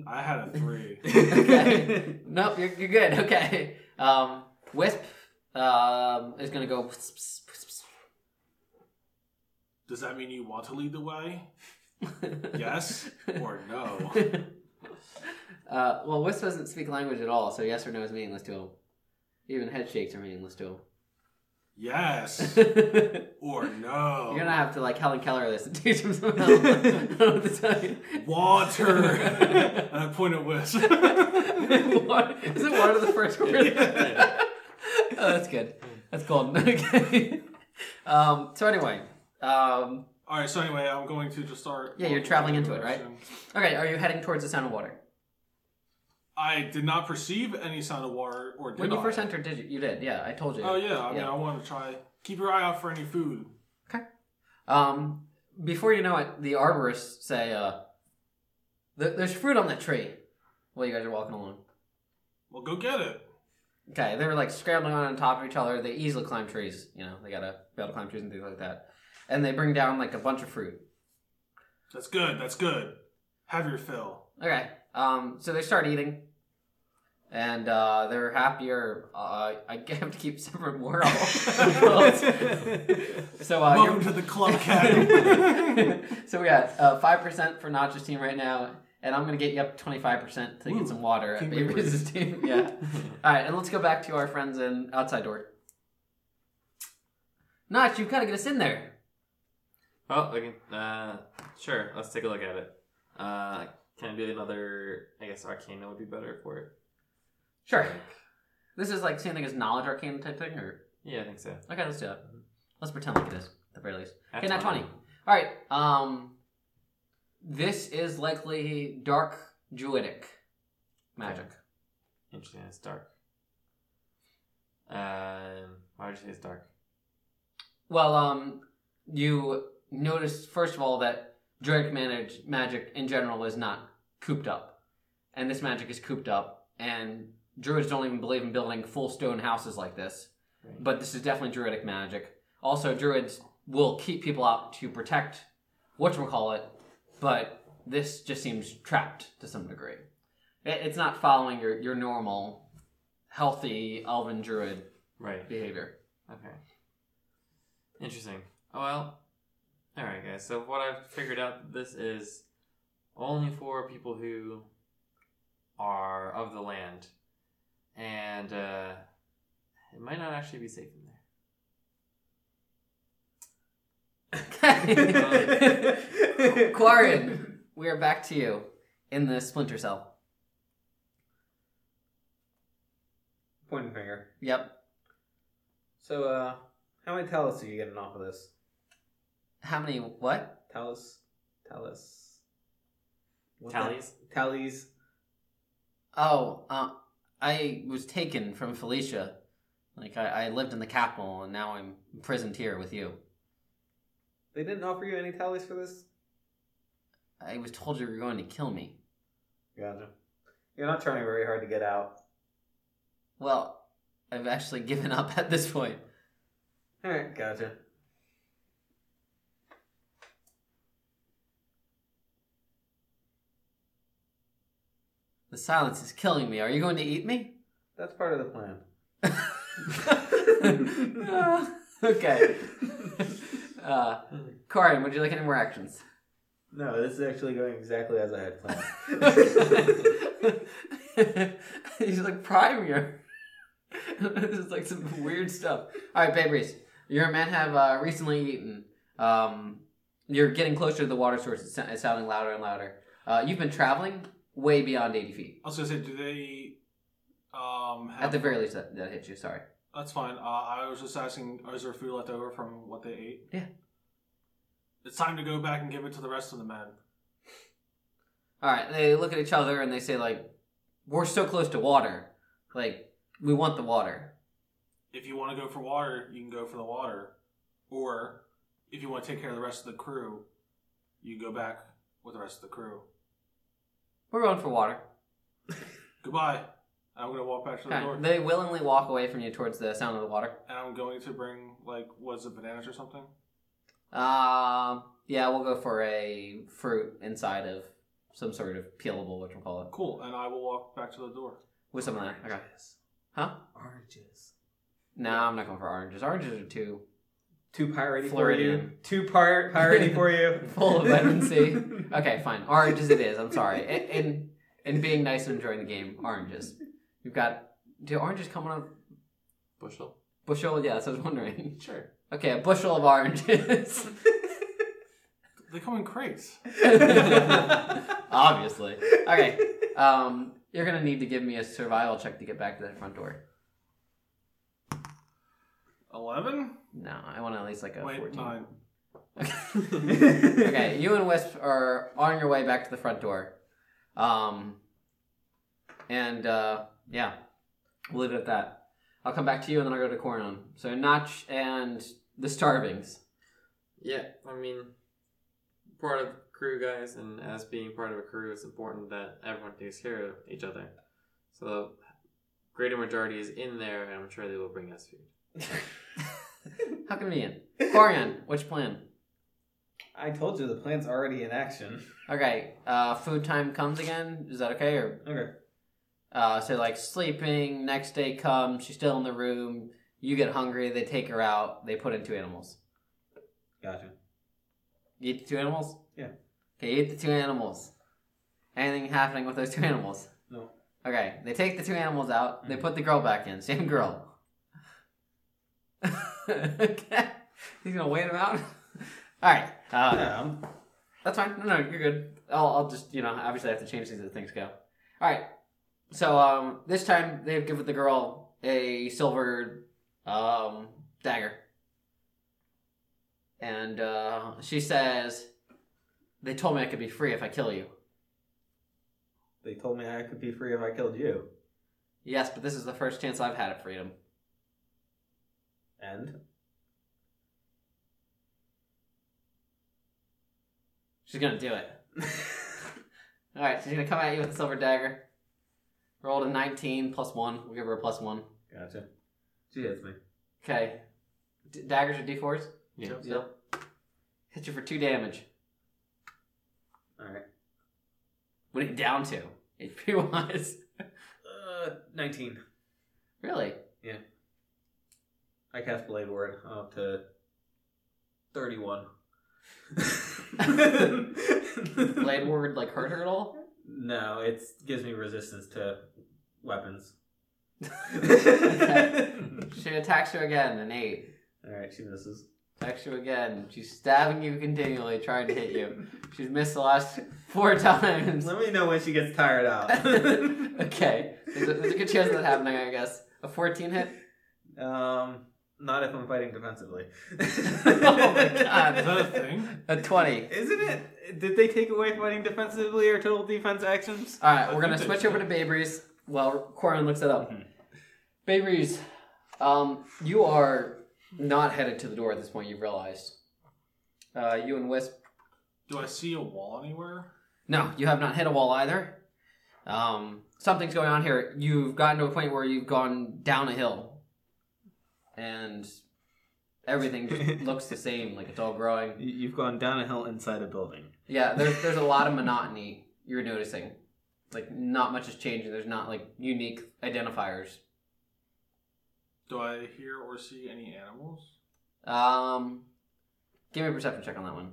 I had a three. okay. Nope, you're, you're good. Okay. Um, Wisp um, is going to go. Does that mean you want to lead the way? Yes or no? uh, well, Wisp doesn't speak language at all, so yes or no is meaningless to him. Even head shakes are meaningless to him. Yes you're or no? going to have to, like, Helen Keller this and teach him somehow. I don't know what to tell you. Water. and I point at Wisp. Water- Is it water the first word? oh, that's good. That's golden. Okay. Um, so anyway, um, All right. So anyway, I'm going to just start. Yeah, you're walking traveling in into it, right? direction. okay, are you heading towards the sound of water? I did not perceive any sound of water, or did When you I? first entered, did you? You did. Yeah, I told you. Oh yeah. I mean, Yeah. I want to try. Keep your eye out for any food. Um, before you know it, the arborists say, uh, "There- "There's fruit on that tree." While you guys are walking along. Well, go get it. Okay, they were like scrambling on top of each other. They easily climb trees. You know, they gotta be able to climb trees and things like that. And they bring down like a bunch of fruit. That's good. That's good. Have your fill. Okay. Um, so they start eating, and uh, they're happier. Uh, I have to keep separate moral. so uh, Welcome you're- to the club, Cat. so we got five percent for Nacho's team right now, and I'm gonna get you up twenty five percent to Ooh, get some water at King Baby's team. Yeah. All right, and let's go back to our friends in outside door. Notch, you've got to get us in there. Well, we can, uh, sure. Let's take a look at it. Uh, can I do another? I guess Arcana would be better for it. Sure. This is like same thing as knowledge arcane type thing, or Yeah, I think so. okay, let's do it. Let's pretend like it is at the very least. At Okay, not 20. All right. Um, this is likely dark druidic magic. Interesting. It's dark. Um, why would you say it's dark? Well, um, you notice first of all that druidic manage, magic in general is not cooped up, and this magic is cooped up, and druids don't even believe in building full stone houses like this. Right. But this is definitely druidic magic. Also, druids will keep people out to protect whatchamacallit, but this just seems trapped to some degree. It, it's not following your, your normal, healthy elven druid Right. behavior. Okay. Interesting. Oh well. All right, guys. So what I've figured out this is only for people who are of the land, and uh, it might not actually be safe in there. Okay. Quarren, we are back to you in the splinter cell. Pointing finger. Yep. So, uh, how many talos are you getting off of this? How many? What? Talos? Talos? What's that? Um, Tallies. Tallies. Oh, uh, I was taken from Felicia. Like I, I lived in the capital, and now I'm imprisoned here with you. They didn't offer you any tallies for this? I was told you were going to kill me. Gotcha. You're not trying very hard to get out. Well, I've actually given up at this point. Alright, gotcha. The silence is killing me. Are you going to eat me? That's part of the plan. okay. Uh, Corin, would you like any more actions? No, this is actually going exactly as I had planned. He's like prime here. this is like some weird stuff. All right, Babe Reese, your men have uh, recently eaten. Um, you're getting closer to the water source. It's, it's sounding louder and louder. Uh, you've been traveling way beyond 80 feet. I was gonna say, do they? Um, have, At the very least, that, that hit you. Sorry. That's fine. Uh, I was just asking, is there food left over from what they ate? Yeah. It's time to go back and give it to the rest of the men. All right, they look at each other and they say like, "We're so close to water. Like, we want the water." If you want to go for water, you can go for the water, or if you want to take care of the rest of the crew, you go back with the rest of the crew. We're going for water. Goodbye. I'm gonna walk back to the Okay. door, They willingly walk away from you towards the sound of the water. and I'm going to bring like was it bananas or something? Um, yeah, we'll go for a fruit inside of some sort of peelable, what you call it, Cool, and I will walk back to the door. with some of that. Okay. Huh? Oranges. No, I'm not going for oranges. Oranges are too Two piratey for you. Floridian. Two pir- piratey for you. full of vitamin C. Okay, fine. Oranges it is. I'm sorry. And and, and being nice and enjoying the game, oranges. You've got do oranges come on a Bushel. bushel? Yeah, that's what I was wondering. Sure. Okay, a bushel of oranges. They come in crates. Obviously. Okay. Um, you're gonna need to give me a survival check to get back to that front door. Eleven? No, I want at least like a Wait, 14. nine. okay, you and Wisp are on your way back to the front door. Um, and uh, yeah, we'll leave it at that. I'll come back to you and then I'll go to Coronon. So Notch and the Starvings. Yeah, I mean, part of crew guys, and as being part of a crew, it's important that everyone takes care of each other. So the greater majority is in there, and I'm sure they will bring us food. How convenient. Corian, what's your plan? I told you the plan's already in action. Okay, uh, food time comes again. Is that okay? Or Okay. uh, so like sleeping. Next day comes. She's still in the room. You get hungry. They take her out. They put in two animals. Gotcha. You eat the two animals? Yeah. Okay, you eat the two animals. Anything happening with those two animals? No. Mm-hmm. Okay, they take the two animals out, they put the girl back in, same girl. okay. He's gonna wait him out? Alright, uh, Yeah, I'm- that's fine. No, no, you're good. I'll, I'll just, you know, obviously I have to change things as things go. Alright, so um, this time they've given the girl a silver um, dagger. And uh, she says, They told me I could be free if I kill you. they told me I could be free if I killed you. Yes, but this is the first chance I've had at freedom. And She's gonna do it. Alright, she's gonna come at you with a silver dagger. Rolled a 19 plus 1. We'll give her a plus 1. gotcha. She hits me. Okay. D- daggers are d4s? Yeah. Still. Hit you for 2 damage. All right. What are you down to? HP wise. Uh, nineteen. Really? I cast Blade Ward I'm up to thirty-one. Blade Ward like hurt her at all? No, it gives me resistance to weapons. She attacks you again, an 8. All right, she misses. Attacks you again. She's stabbing you continually, trying to hit you. She's missed the last four times. Let me know when she gets tired out. okay. There's a, there's a good chance of that happening, I guess. A 14 hit? Um, not if I'm fighting defensively. Oh my God. Is that a thing? A 20. Isn't it? Did they take away fighting defensively or total defense actions? Alright, we're I gonna think they switch over to Baybreeze while Corin looks it up. Baybreeze, um, you are not headed to the door at this point, you realize. Uh, you and Wisp. Do I see a wall anywhere? No, you have not hit a wall either. Um, something's going on here. You've gotten to a point where you've gone down a hill. And everything just looks the same, like it's all growing. You've gone down a hill inside a building. Yeah, there's there's a lot of monotony you're noticing. Like not much is changing. There's not like unique identifiers. Do I hear or see any animals? Um give me a perception check on that one.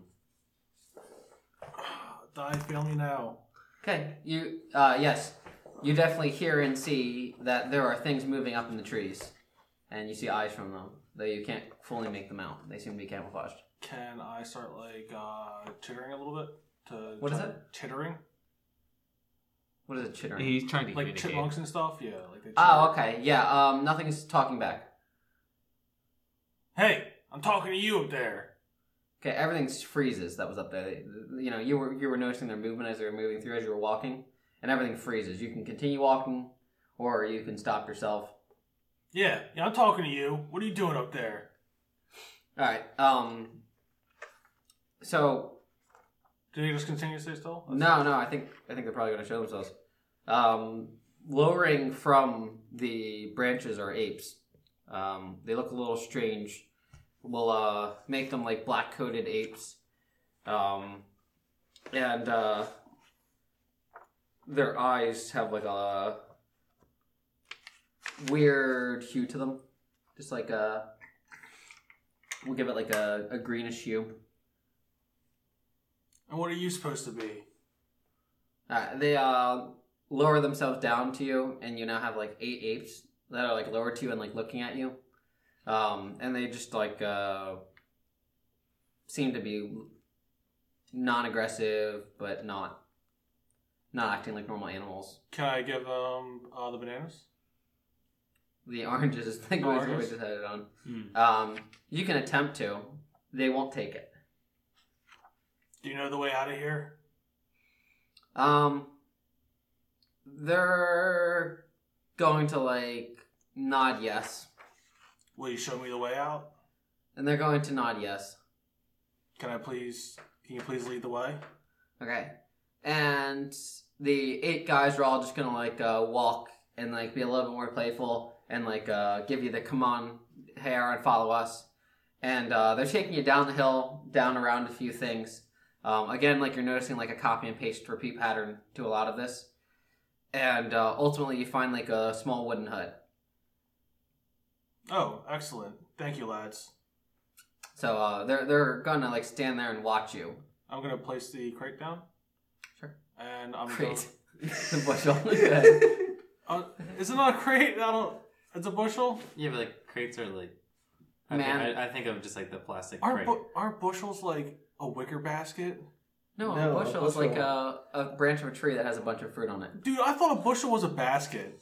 Die, fail me now. Okay. You uh yes. You definitely hear and see that there are things moving up in the trees. And you see eyes from them, though you can't fully make them out. They seem to be camouflaged. Can I start like uh chittering a little bit? To What is try- it? Chittering, What is it chittering? He's trying to like communicate. chipmunks and stuff. Yeah, like they. Oh, okay. Yeah, um nothing's talking back. Hey, I'm talking to you up there. Okay, everything's freezes that was up there. They- You know, you were you were noticing their movement as they were moving through as you were walking, and everything freezes. You can continue walking, or you can stop yourself. Yeah, yeah, I'm talking to you. What are you doing up there? All right. Um. So Do they just continue to stay still? no, no. I think I think they're probably going to show themselves. Um. lowering from the branches are apes. Um, they look a little strange. We'll uh, make them like black coated apes. Um, and uh, their eyes have like a weird hue to them. Just like a. We'll give it like a, a greenish hue. And what are you supposed to be? Uh, they uh, lower themselves down to you, and you now have like eight apes that are like lower to you and like looking at you. Um, and they just like uh, seem to be non-aggressive, but not not acting like normal animals. Can I give um uh, the bananas? The oranges is the oranges. we Oranges? decided on. Hmm. Um, you can attempt to. They won't take it. Do you know the way out of here? Um, they're going to like nod yes, Will you show me the way out? and they're going to nod yes. Can I please? Can you please lead the way? Okay. And the eight guys are all just gonna like uh, walk and like be a little bit more playful and like uh, give you the come on hair and follow us. And uh, they're taking you down the hill, down around a few things. Um, again, like you're noticing like a copy and paste repeat pattern to a lot of this. And uh, ultimately, you find like a small wooden hut. Oh, excellent. Thank you, lads. So uh, they're they're gonna like stand there and watch you. I'm gonna place the crate down. Sure. And I'm Crate. Going, the bushel. Good. uh, is it not a crate? I don't. It's a bushel. Yeah, but like crates are like. I Man. Think, I, I think of just like the plastic Aren't crate. bu- aren't bushels like a wicker basket? No, No, a a bushel is bushel. like a, a branch of a tree that has a bunch of fruit on it. Dude, I thought a bushel was a basket.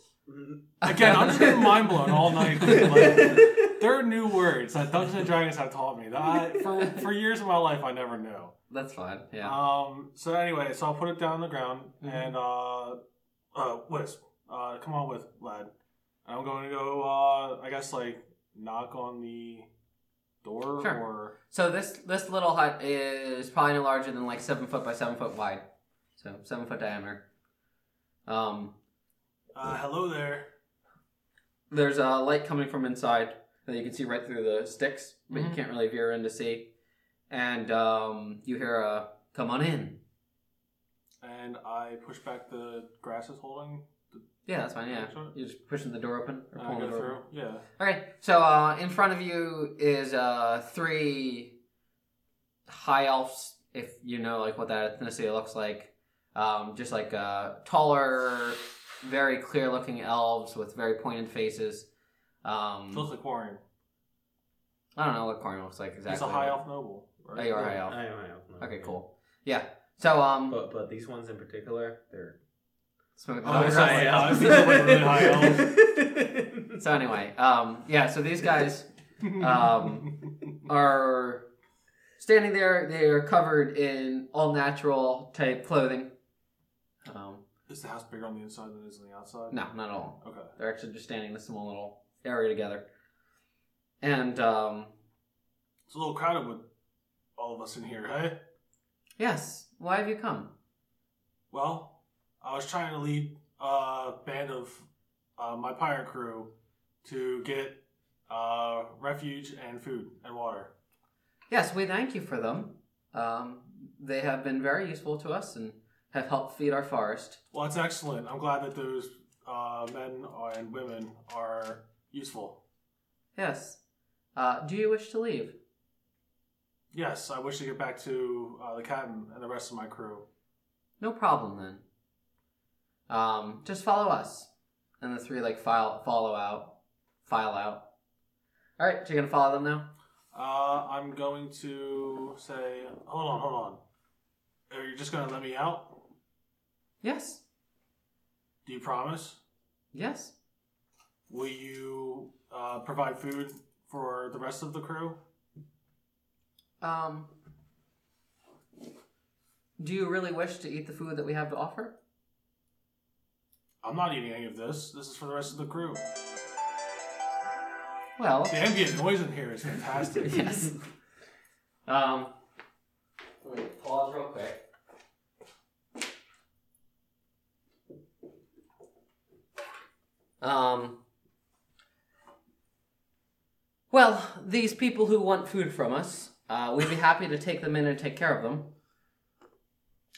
Again, I'm just getting mind blown all night. Like, there are new words that Dungeons and Dragons have taught me that I, for for years of my life I never knew. That's fine. Yeah. Mm-hmm. Um. So anyway, so I'll put it down on the ground and uh, uh, Wisp, uh, come on with lad. I'm going to go. Uh, I guess like knock on the door Sure. or so this this little hut is probably no larger than like seven foot by seven foot wide, so seven foot diameter. Um, uh, hello there. there's a light coming from inside that you can see right through the sticks, but Mm-hmm. you can't really veer in to see. And um, you hear a "Come on in." And I push back the grass is holding. Yeah, that's fine. Yeah, Sure. you're just pushing the door open or And I pulling the go door. open. through. Yeah. Okay, so uh, in front of you is uh, three high elves, if you know like what that ethnicity looks like. Um, just like uh, taller, very clear-looking elves with very pointed faces. Um, Feels like Warren. I don't know what Corn looks like exactly. He's a high elf noble. Oh, you are a high elf. I am high elf. no, Okay, yeah. cool. Yeah. So um, But but these ones in particular, they're smoke- Oh, Oh, so- sorry. elf. Really high so anyway, um, yeah. So these guys. Um, are standing there. They are covered in all natural type clothing. Um, is the house bigger on the inside than it is on the outside? no, not at all. Okay. They're actually just standing in a small little area together. And um, It's a little crowded with all of us in here, hey? yes, why have you come? Well, I was trying to lead a band of uh, my pirate crew to get uh, refuge and food and water. Yes, we thank you for them. Um, they have been very useful to us and have helped feed our forest. Well, that's excellent. I'm glad that those uh, men and women are useful. Yes. Uh, do you wish to leave? Yes, I wish to get back to uh, the captain and the rest of my crew. No problem then. Um, just follow us, and the three like file follow out, file out. All right, so you're gonna follow them now. Uh, I'm going to say, hold on, hold on. Are you just going to let me out? Yes, Do you promise? yes, Will you uh, provide food for the rest of the crew? um. Do you really wish to eat the food that we have to offer? I'm not eating any of this. This is for the rest of the crew. Well, The ambient noise in here is fantastic. yes. Um, let me pause real quick. Um, well, these people who want food from us, uh, we'd be happy to take them in and take care of them.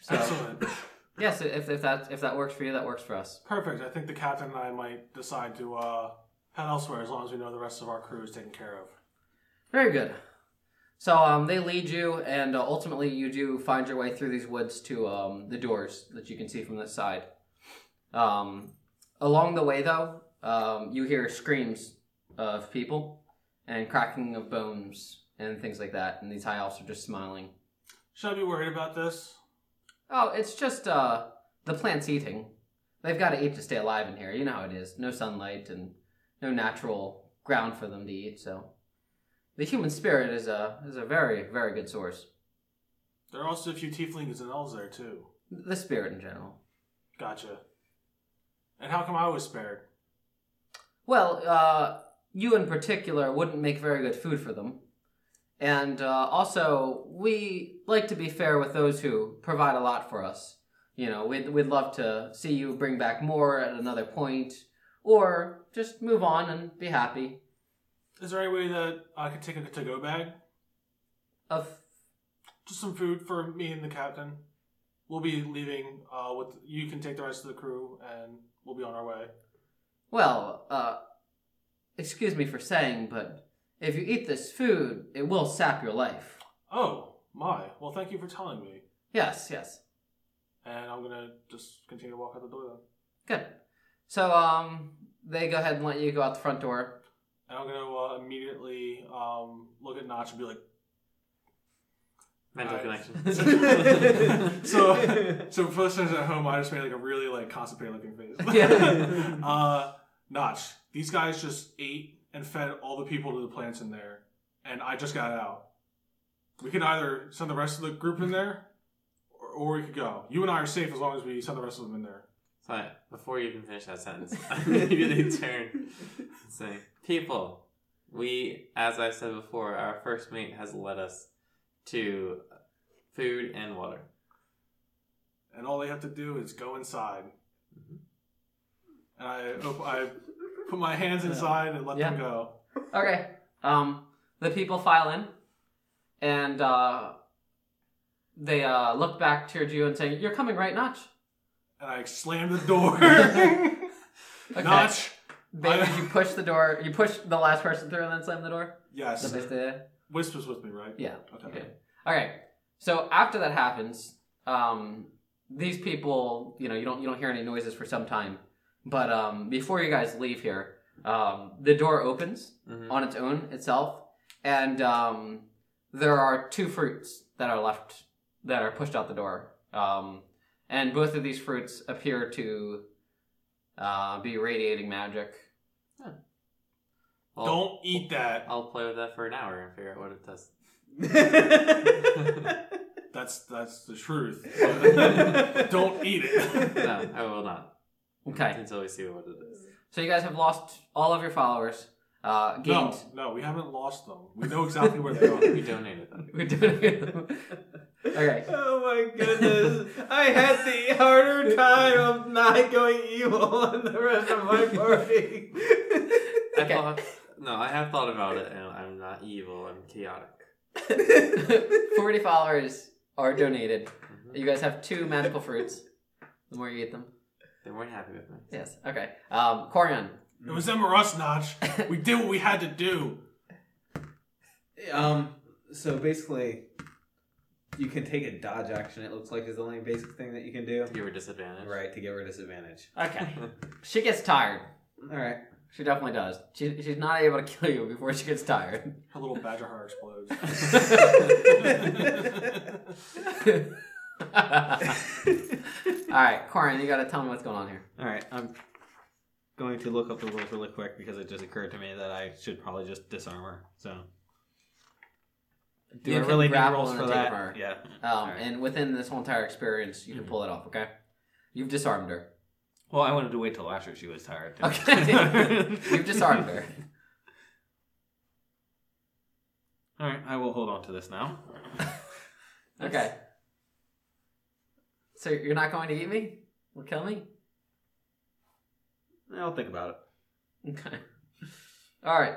So, Excellent. yes, if, if that if that works for you, that works for us. Perfect. I think the captain and I might decide to uh, head elsewhere as long as we know the rest of our crew is taken care of. Very good. So um, they lead you, and uh, ultimately you do find your way through these woods to um, the doors that you can see from this side. Um, along the way, though, um, you hear screams of people and cracking of bones and things like that, and these high elves are just smiling. Should I be worried about this? Oh, it's just uh, the plants eating. They've got to eat to stay alive in here. You know how it is. No sunlight and no natural ground for them to eat. So, the human spirit is a is a very very good source. There are also a few tieflings and elves there too. The spirit in general. Gotcha. And how come I was spared? Well, uh, you in particular wouldn't make very good food for them. And uh, also, we like to be fair with those who provide a lot for us. You know, we'd, we'd love to see you bring back more at another point, or just move on and be happy. Is there any way that I could take a to-go bag? Of Just some food for me and the captain. We'll be leaving. Uh, with you can take the rest of the crew, and we'll be on our way. well, uh, excuse me for saying, but if you eat this food, it will sap your life. Oh my! Well, thank you for telling me. Yes, yes. And I'm gonna just continue to walk out the door then. Good. So um, they go ahead and let you go out the front door. And I'm gonna uh, immediately um, look at Notch and be like, Mental All right. connection. so, so for listeners at home, I just made like a really like constipated looking face. Yeah. uh, Notch, these guys just ate and fed all the people to the plants in there, and I just got out. We can either send the rest of the group in there, or, or we could go. You and I are safe as long as we send the rest of them in there. Sorry, before you even finish that sentence, I immediately turn and say, People, we, as I said before, our first mate has led us to food and water. And all they have to do is go inside. Mhm. And I, op- I put my hands inside and let Yeah. them go. Okay. Um, the people file in, and uh, they uh, look back toward you and say, "You're coming, right, Notch?" And I slammed the door. Okay. Notch. Baby, you push the door. You push the last person through and then slam the door. Yes. Somebody's there. Whispers with me, right? Yeah. Okay. Okay. All right. So after that happens, um, these people, you know, you don't you don't hear any noises for some time. But um, before you guys leave here, um, the door opens Mhm. on its own itself, and um, there are two fruits that are left that are pushed out the door. Um, and both of these fruits appear to uh, be radiating magic. Well, Don't eat that. I'll play with that for an hour and figure out what it does. That's that's the truth. Don't Don't eat it. No, I will not. Okay, Until we see what it is. so you guys have lost all of your followers. Uh, gained No, no, we haven't lost them. We know exactly where they are. We donated them. We're doing it. okay. Oh my goodness. I had the harder time of not going evil on the rest of my party. I Okay. thought, no, I have thought about it, and I'm not evil. I'm chaotic. 40 followers are donated. Mhm. You guys have two magical fruits. The more you eat them. They weren't happy with me. Yes. Okay. Um, Corian. It was them or us, Notch. We did what we had to do. um, so basically, you can take a dodge action, it looks like, is the only basic thing that you can do. You were disadvantaged. Right, to give her disadvantage. Okay. she gets tired. Alright. She definitely does. She, she's not able to kill you before she gets tired. Her little badger heart explodes. All right, Corian, you got to tell me what's going on here. All right, I'm going to look up the rules really quick because it just occurred to me that I should probably just disarm her. So, do You I can really need grapple rules and for take that? her. Yeah. Um, Alright. And within this whole entire experience, you can pull it off, okay? You've disarmed her. Well, I wanted to wait till after she was tired. to- Okay. You've disarmed her. All right, I will hold on to this now. Okay. So you're not going to eat me? Or kill me? I'll think about Okay. All right.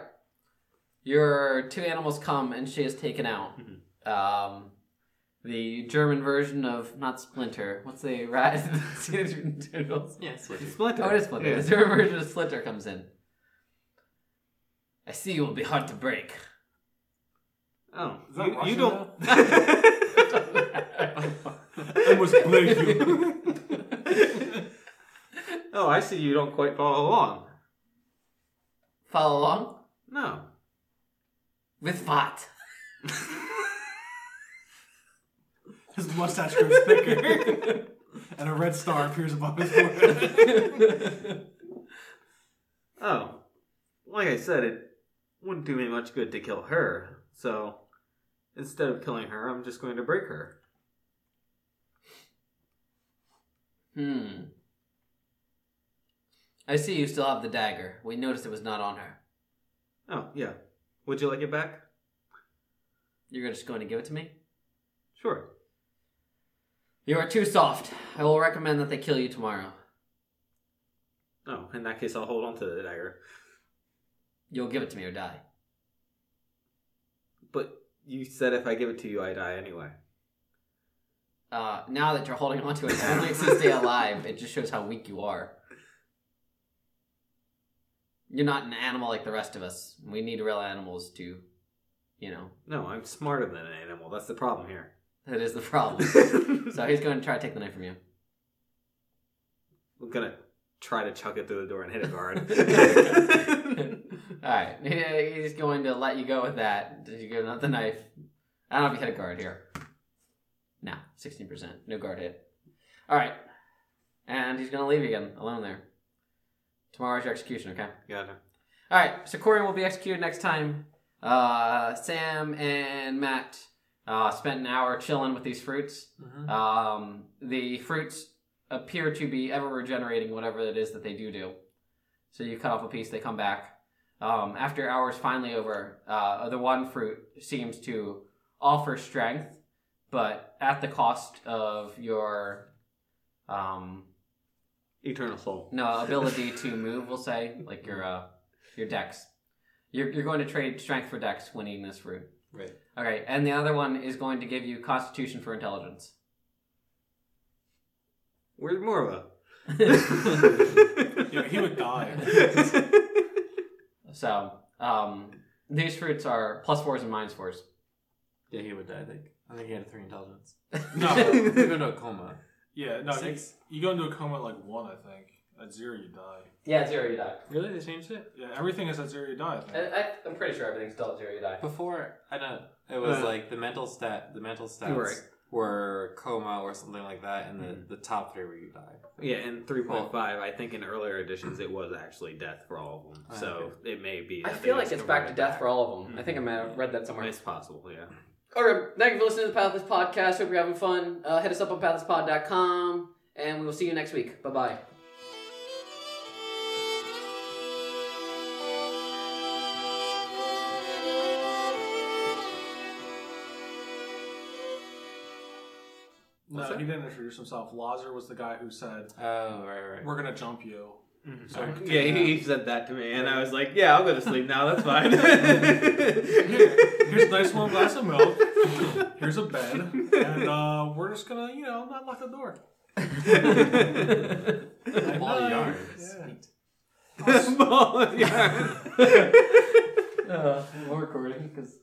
Your two animals come, and she is taken out. Um, the German version of not Splinter. What's the rat? Doodles. Yeah, Switchy. Splinter. Oh, it is Splinter. Yeah. The German version of Splinter comes in. I see you will be hard to break. Oh, Is that you, you Russian don't. I was blink you. oh, I see. You don't quite follow along. Follow along No. with what? His mustache grows thicker, Hmm. and a red star appears above his forehead. Oh, like I said, it wouldn't do me much good to kill her. So instead of killing her, I'm just going to break her. Hmm. I see you still have the dagger. We noticed it was not on her. Oh yeah. Would you like it back? You're just going to give it to me? Sure. You are too soft. I will recommend that they kill you tomorrow. Oh, in that case, I'll hold on to the dagger. You'll give it to me or die. But you said if I give it to you, I die anyway. Uh, now that you're holding onto it, it only to stay alive. It just shows how weak you are. You're not an animal like the rest of us. We need real animals to, you know, No, I'm smarter than an animal. That's the problem here. that is the problem. so he's going to try to take the knife from you. I'm gonna try to chuck it through the door and hit a guard. All right, He- he's going to let you go with that. Did you give him the knife? I don't know if you hit a guard here. No, sixteen percent, no guard hit. All right, and he's going to leave you again alone there. Tomorrow's your execution, okay? Gotcha. All right, so Corey will be executed next time. Uh, Sam and Matt uh, spent an hour chilling with these fruits. Mhm. Um, the fruits appear to be ever regenerating whatever it is that they do do. So you cut off a piece, they come back. Um, after hours finally over, uh, the one fruit seems to offer strength, but at the cost of your um, Eternal soul. no ability to move. We'll say like your uh, your dex. You're you're going to trade strength for dex when eating this fruit. Right. Okay, and the other one is going to give you constitution for intelligence. Where's Morva? Yeah, he would die. So um, these fruits are plus fours and minus fours. Yeah, he would die. I think. I think he had a three intelligence. Oh, No. He'd go into a coma. Yeah, no, you, Six. you go into a coma at like one, I think. At zero, you die. Yeah, zero you die. Really, they changed it Yeah, everything is at zero, you die. I think. I, I'm pretty sure everything's still zero you die. before. I know it was Uh, like the mental stat. The mental stats You're right. were coma or something like that, and the, the top three were you die. yeah, and 3.5, I think in earlier editions it was actually death for all of them. Ah, so okay. it may be. Oh, I that they feel like just it's back to converted death for all of them. I think I might have Mhm. read that somewhere. It's possible, yeah. All right, thank you for listening to the Pathless Podcast. Hope you're having fun. Uh, hit us up on pathlesspod.com, and we will see you next week. Bye bye. No, he didn't introduce himself. Lazar was the guy who said, Oh, right, right. "We're gonna jump you." So Yeah, he, he said that to me, and I was like, "Yeah, I'll go to sleep now. That's fine." Here, here's a nice warm glass of milk. Here's a bed, and uh, we're just gonna, you know, not lock the door. Ball Night. yard. Yeah. Ball of yarn. Uh, we're recording because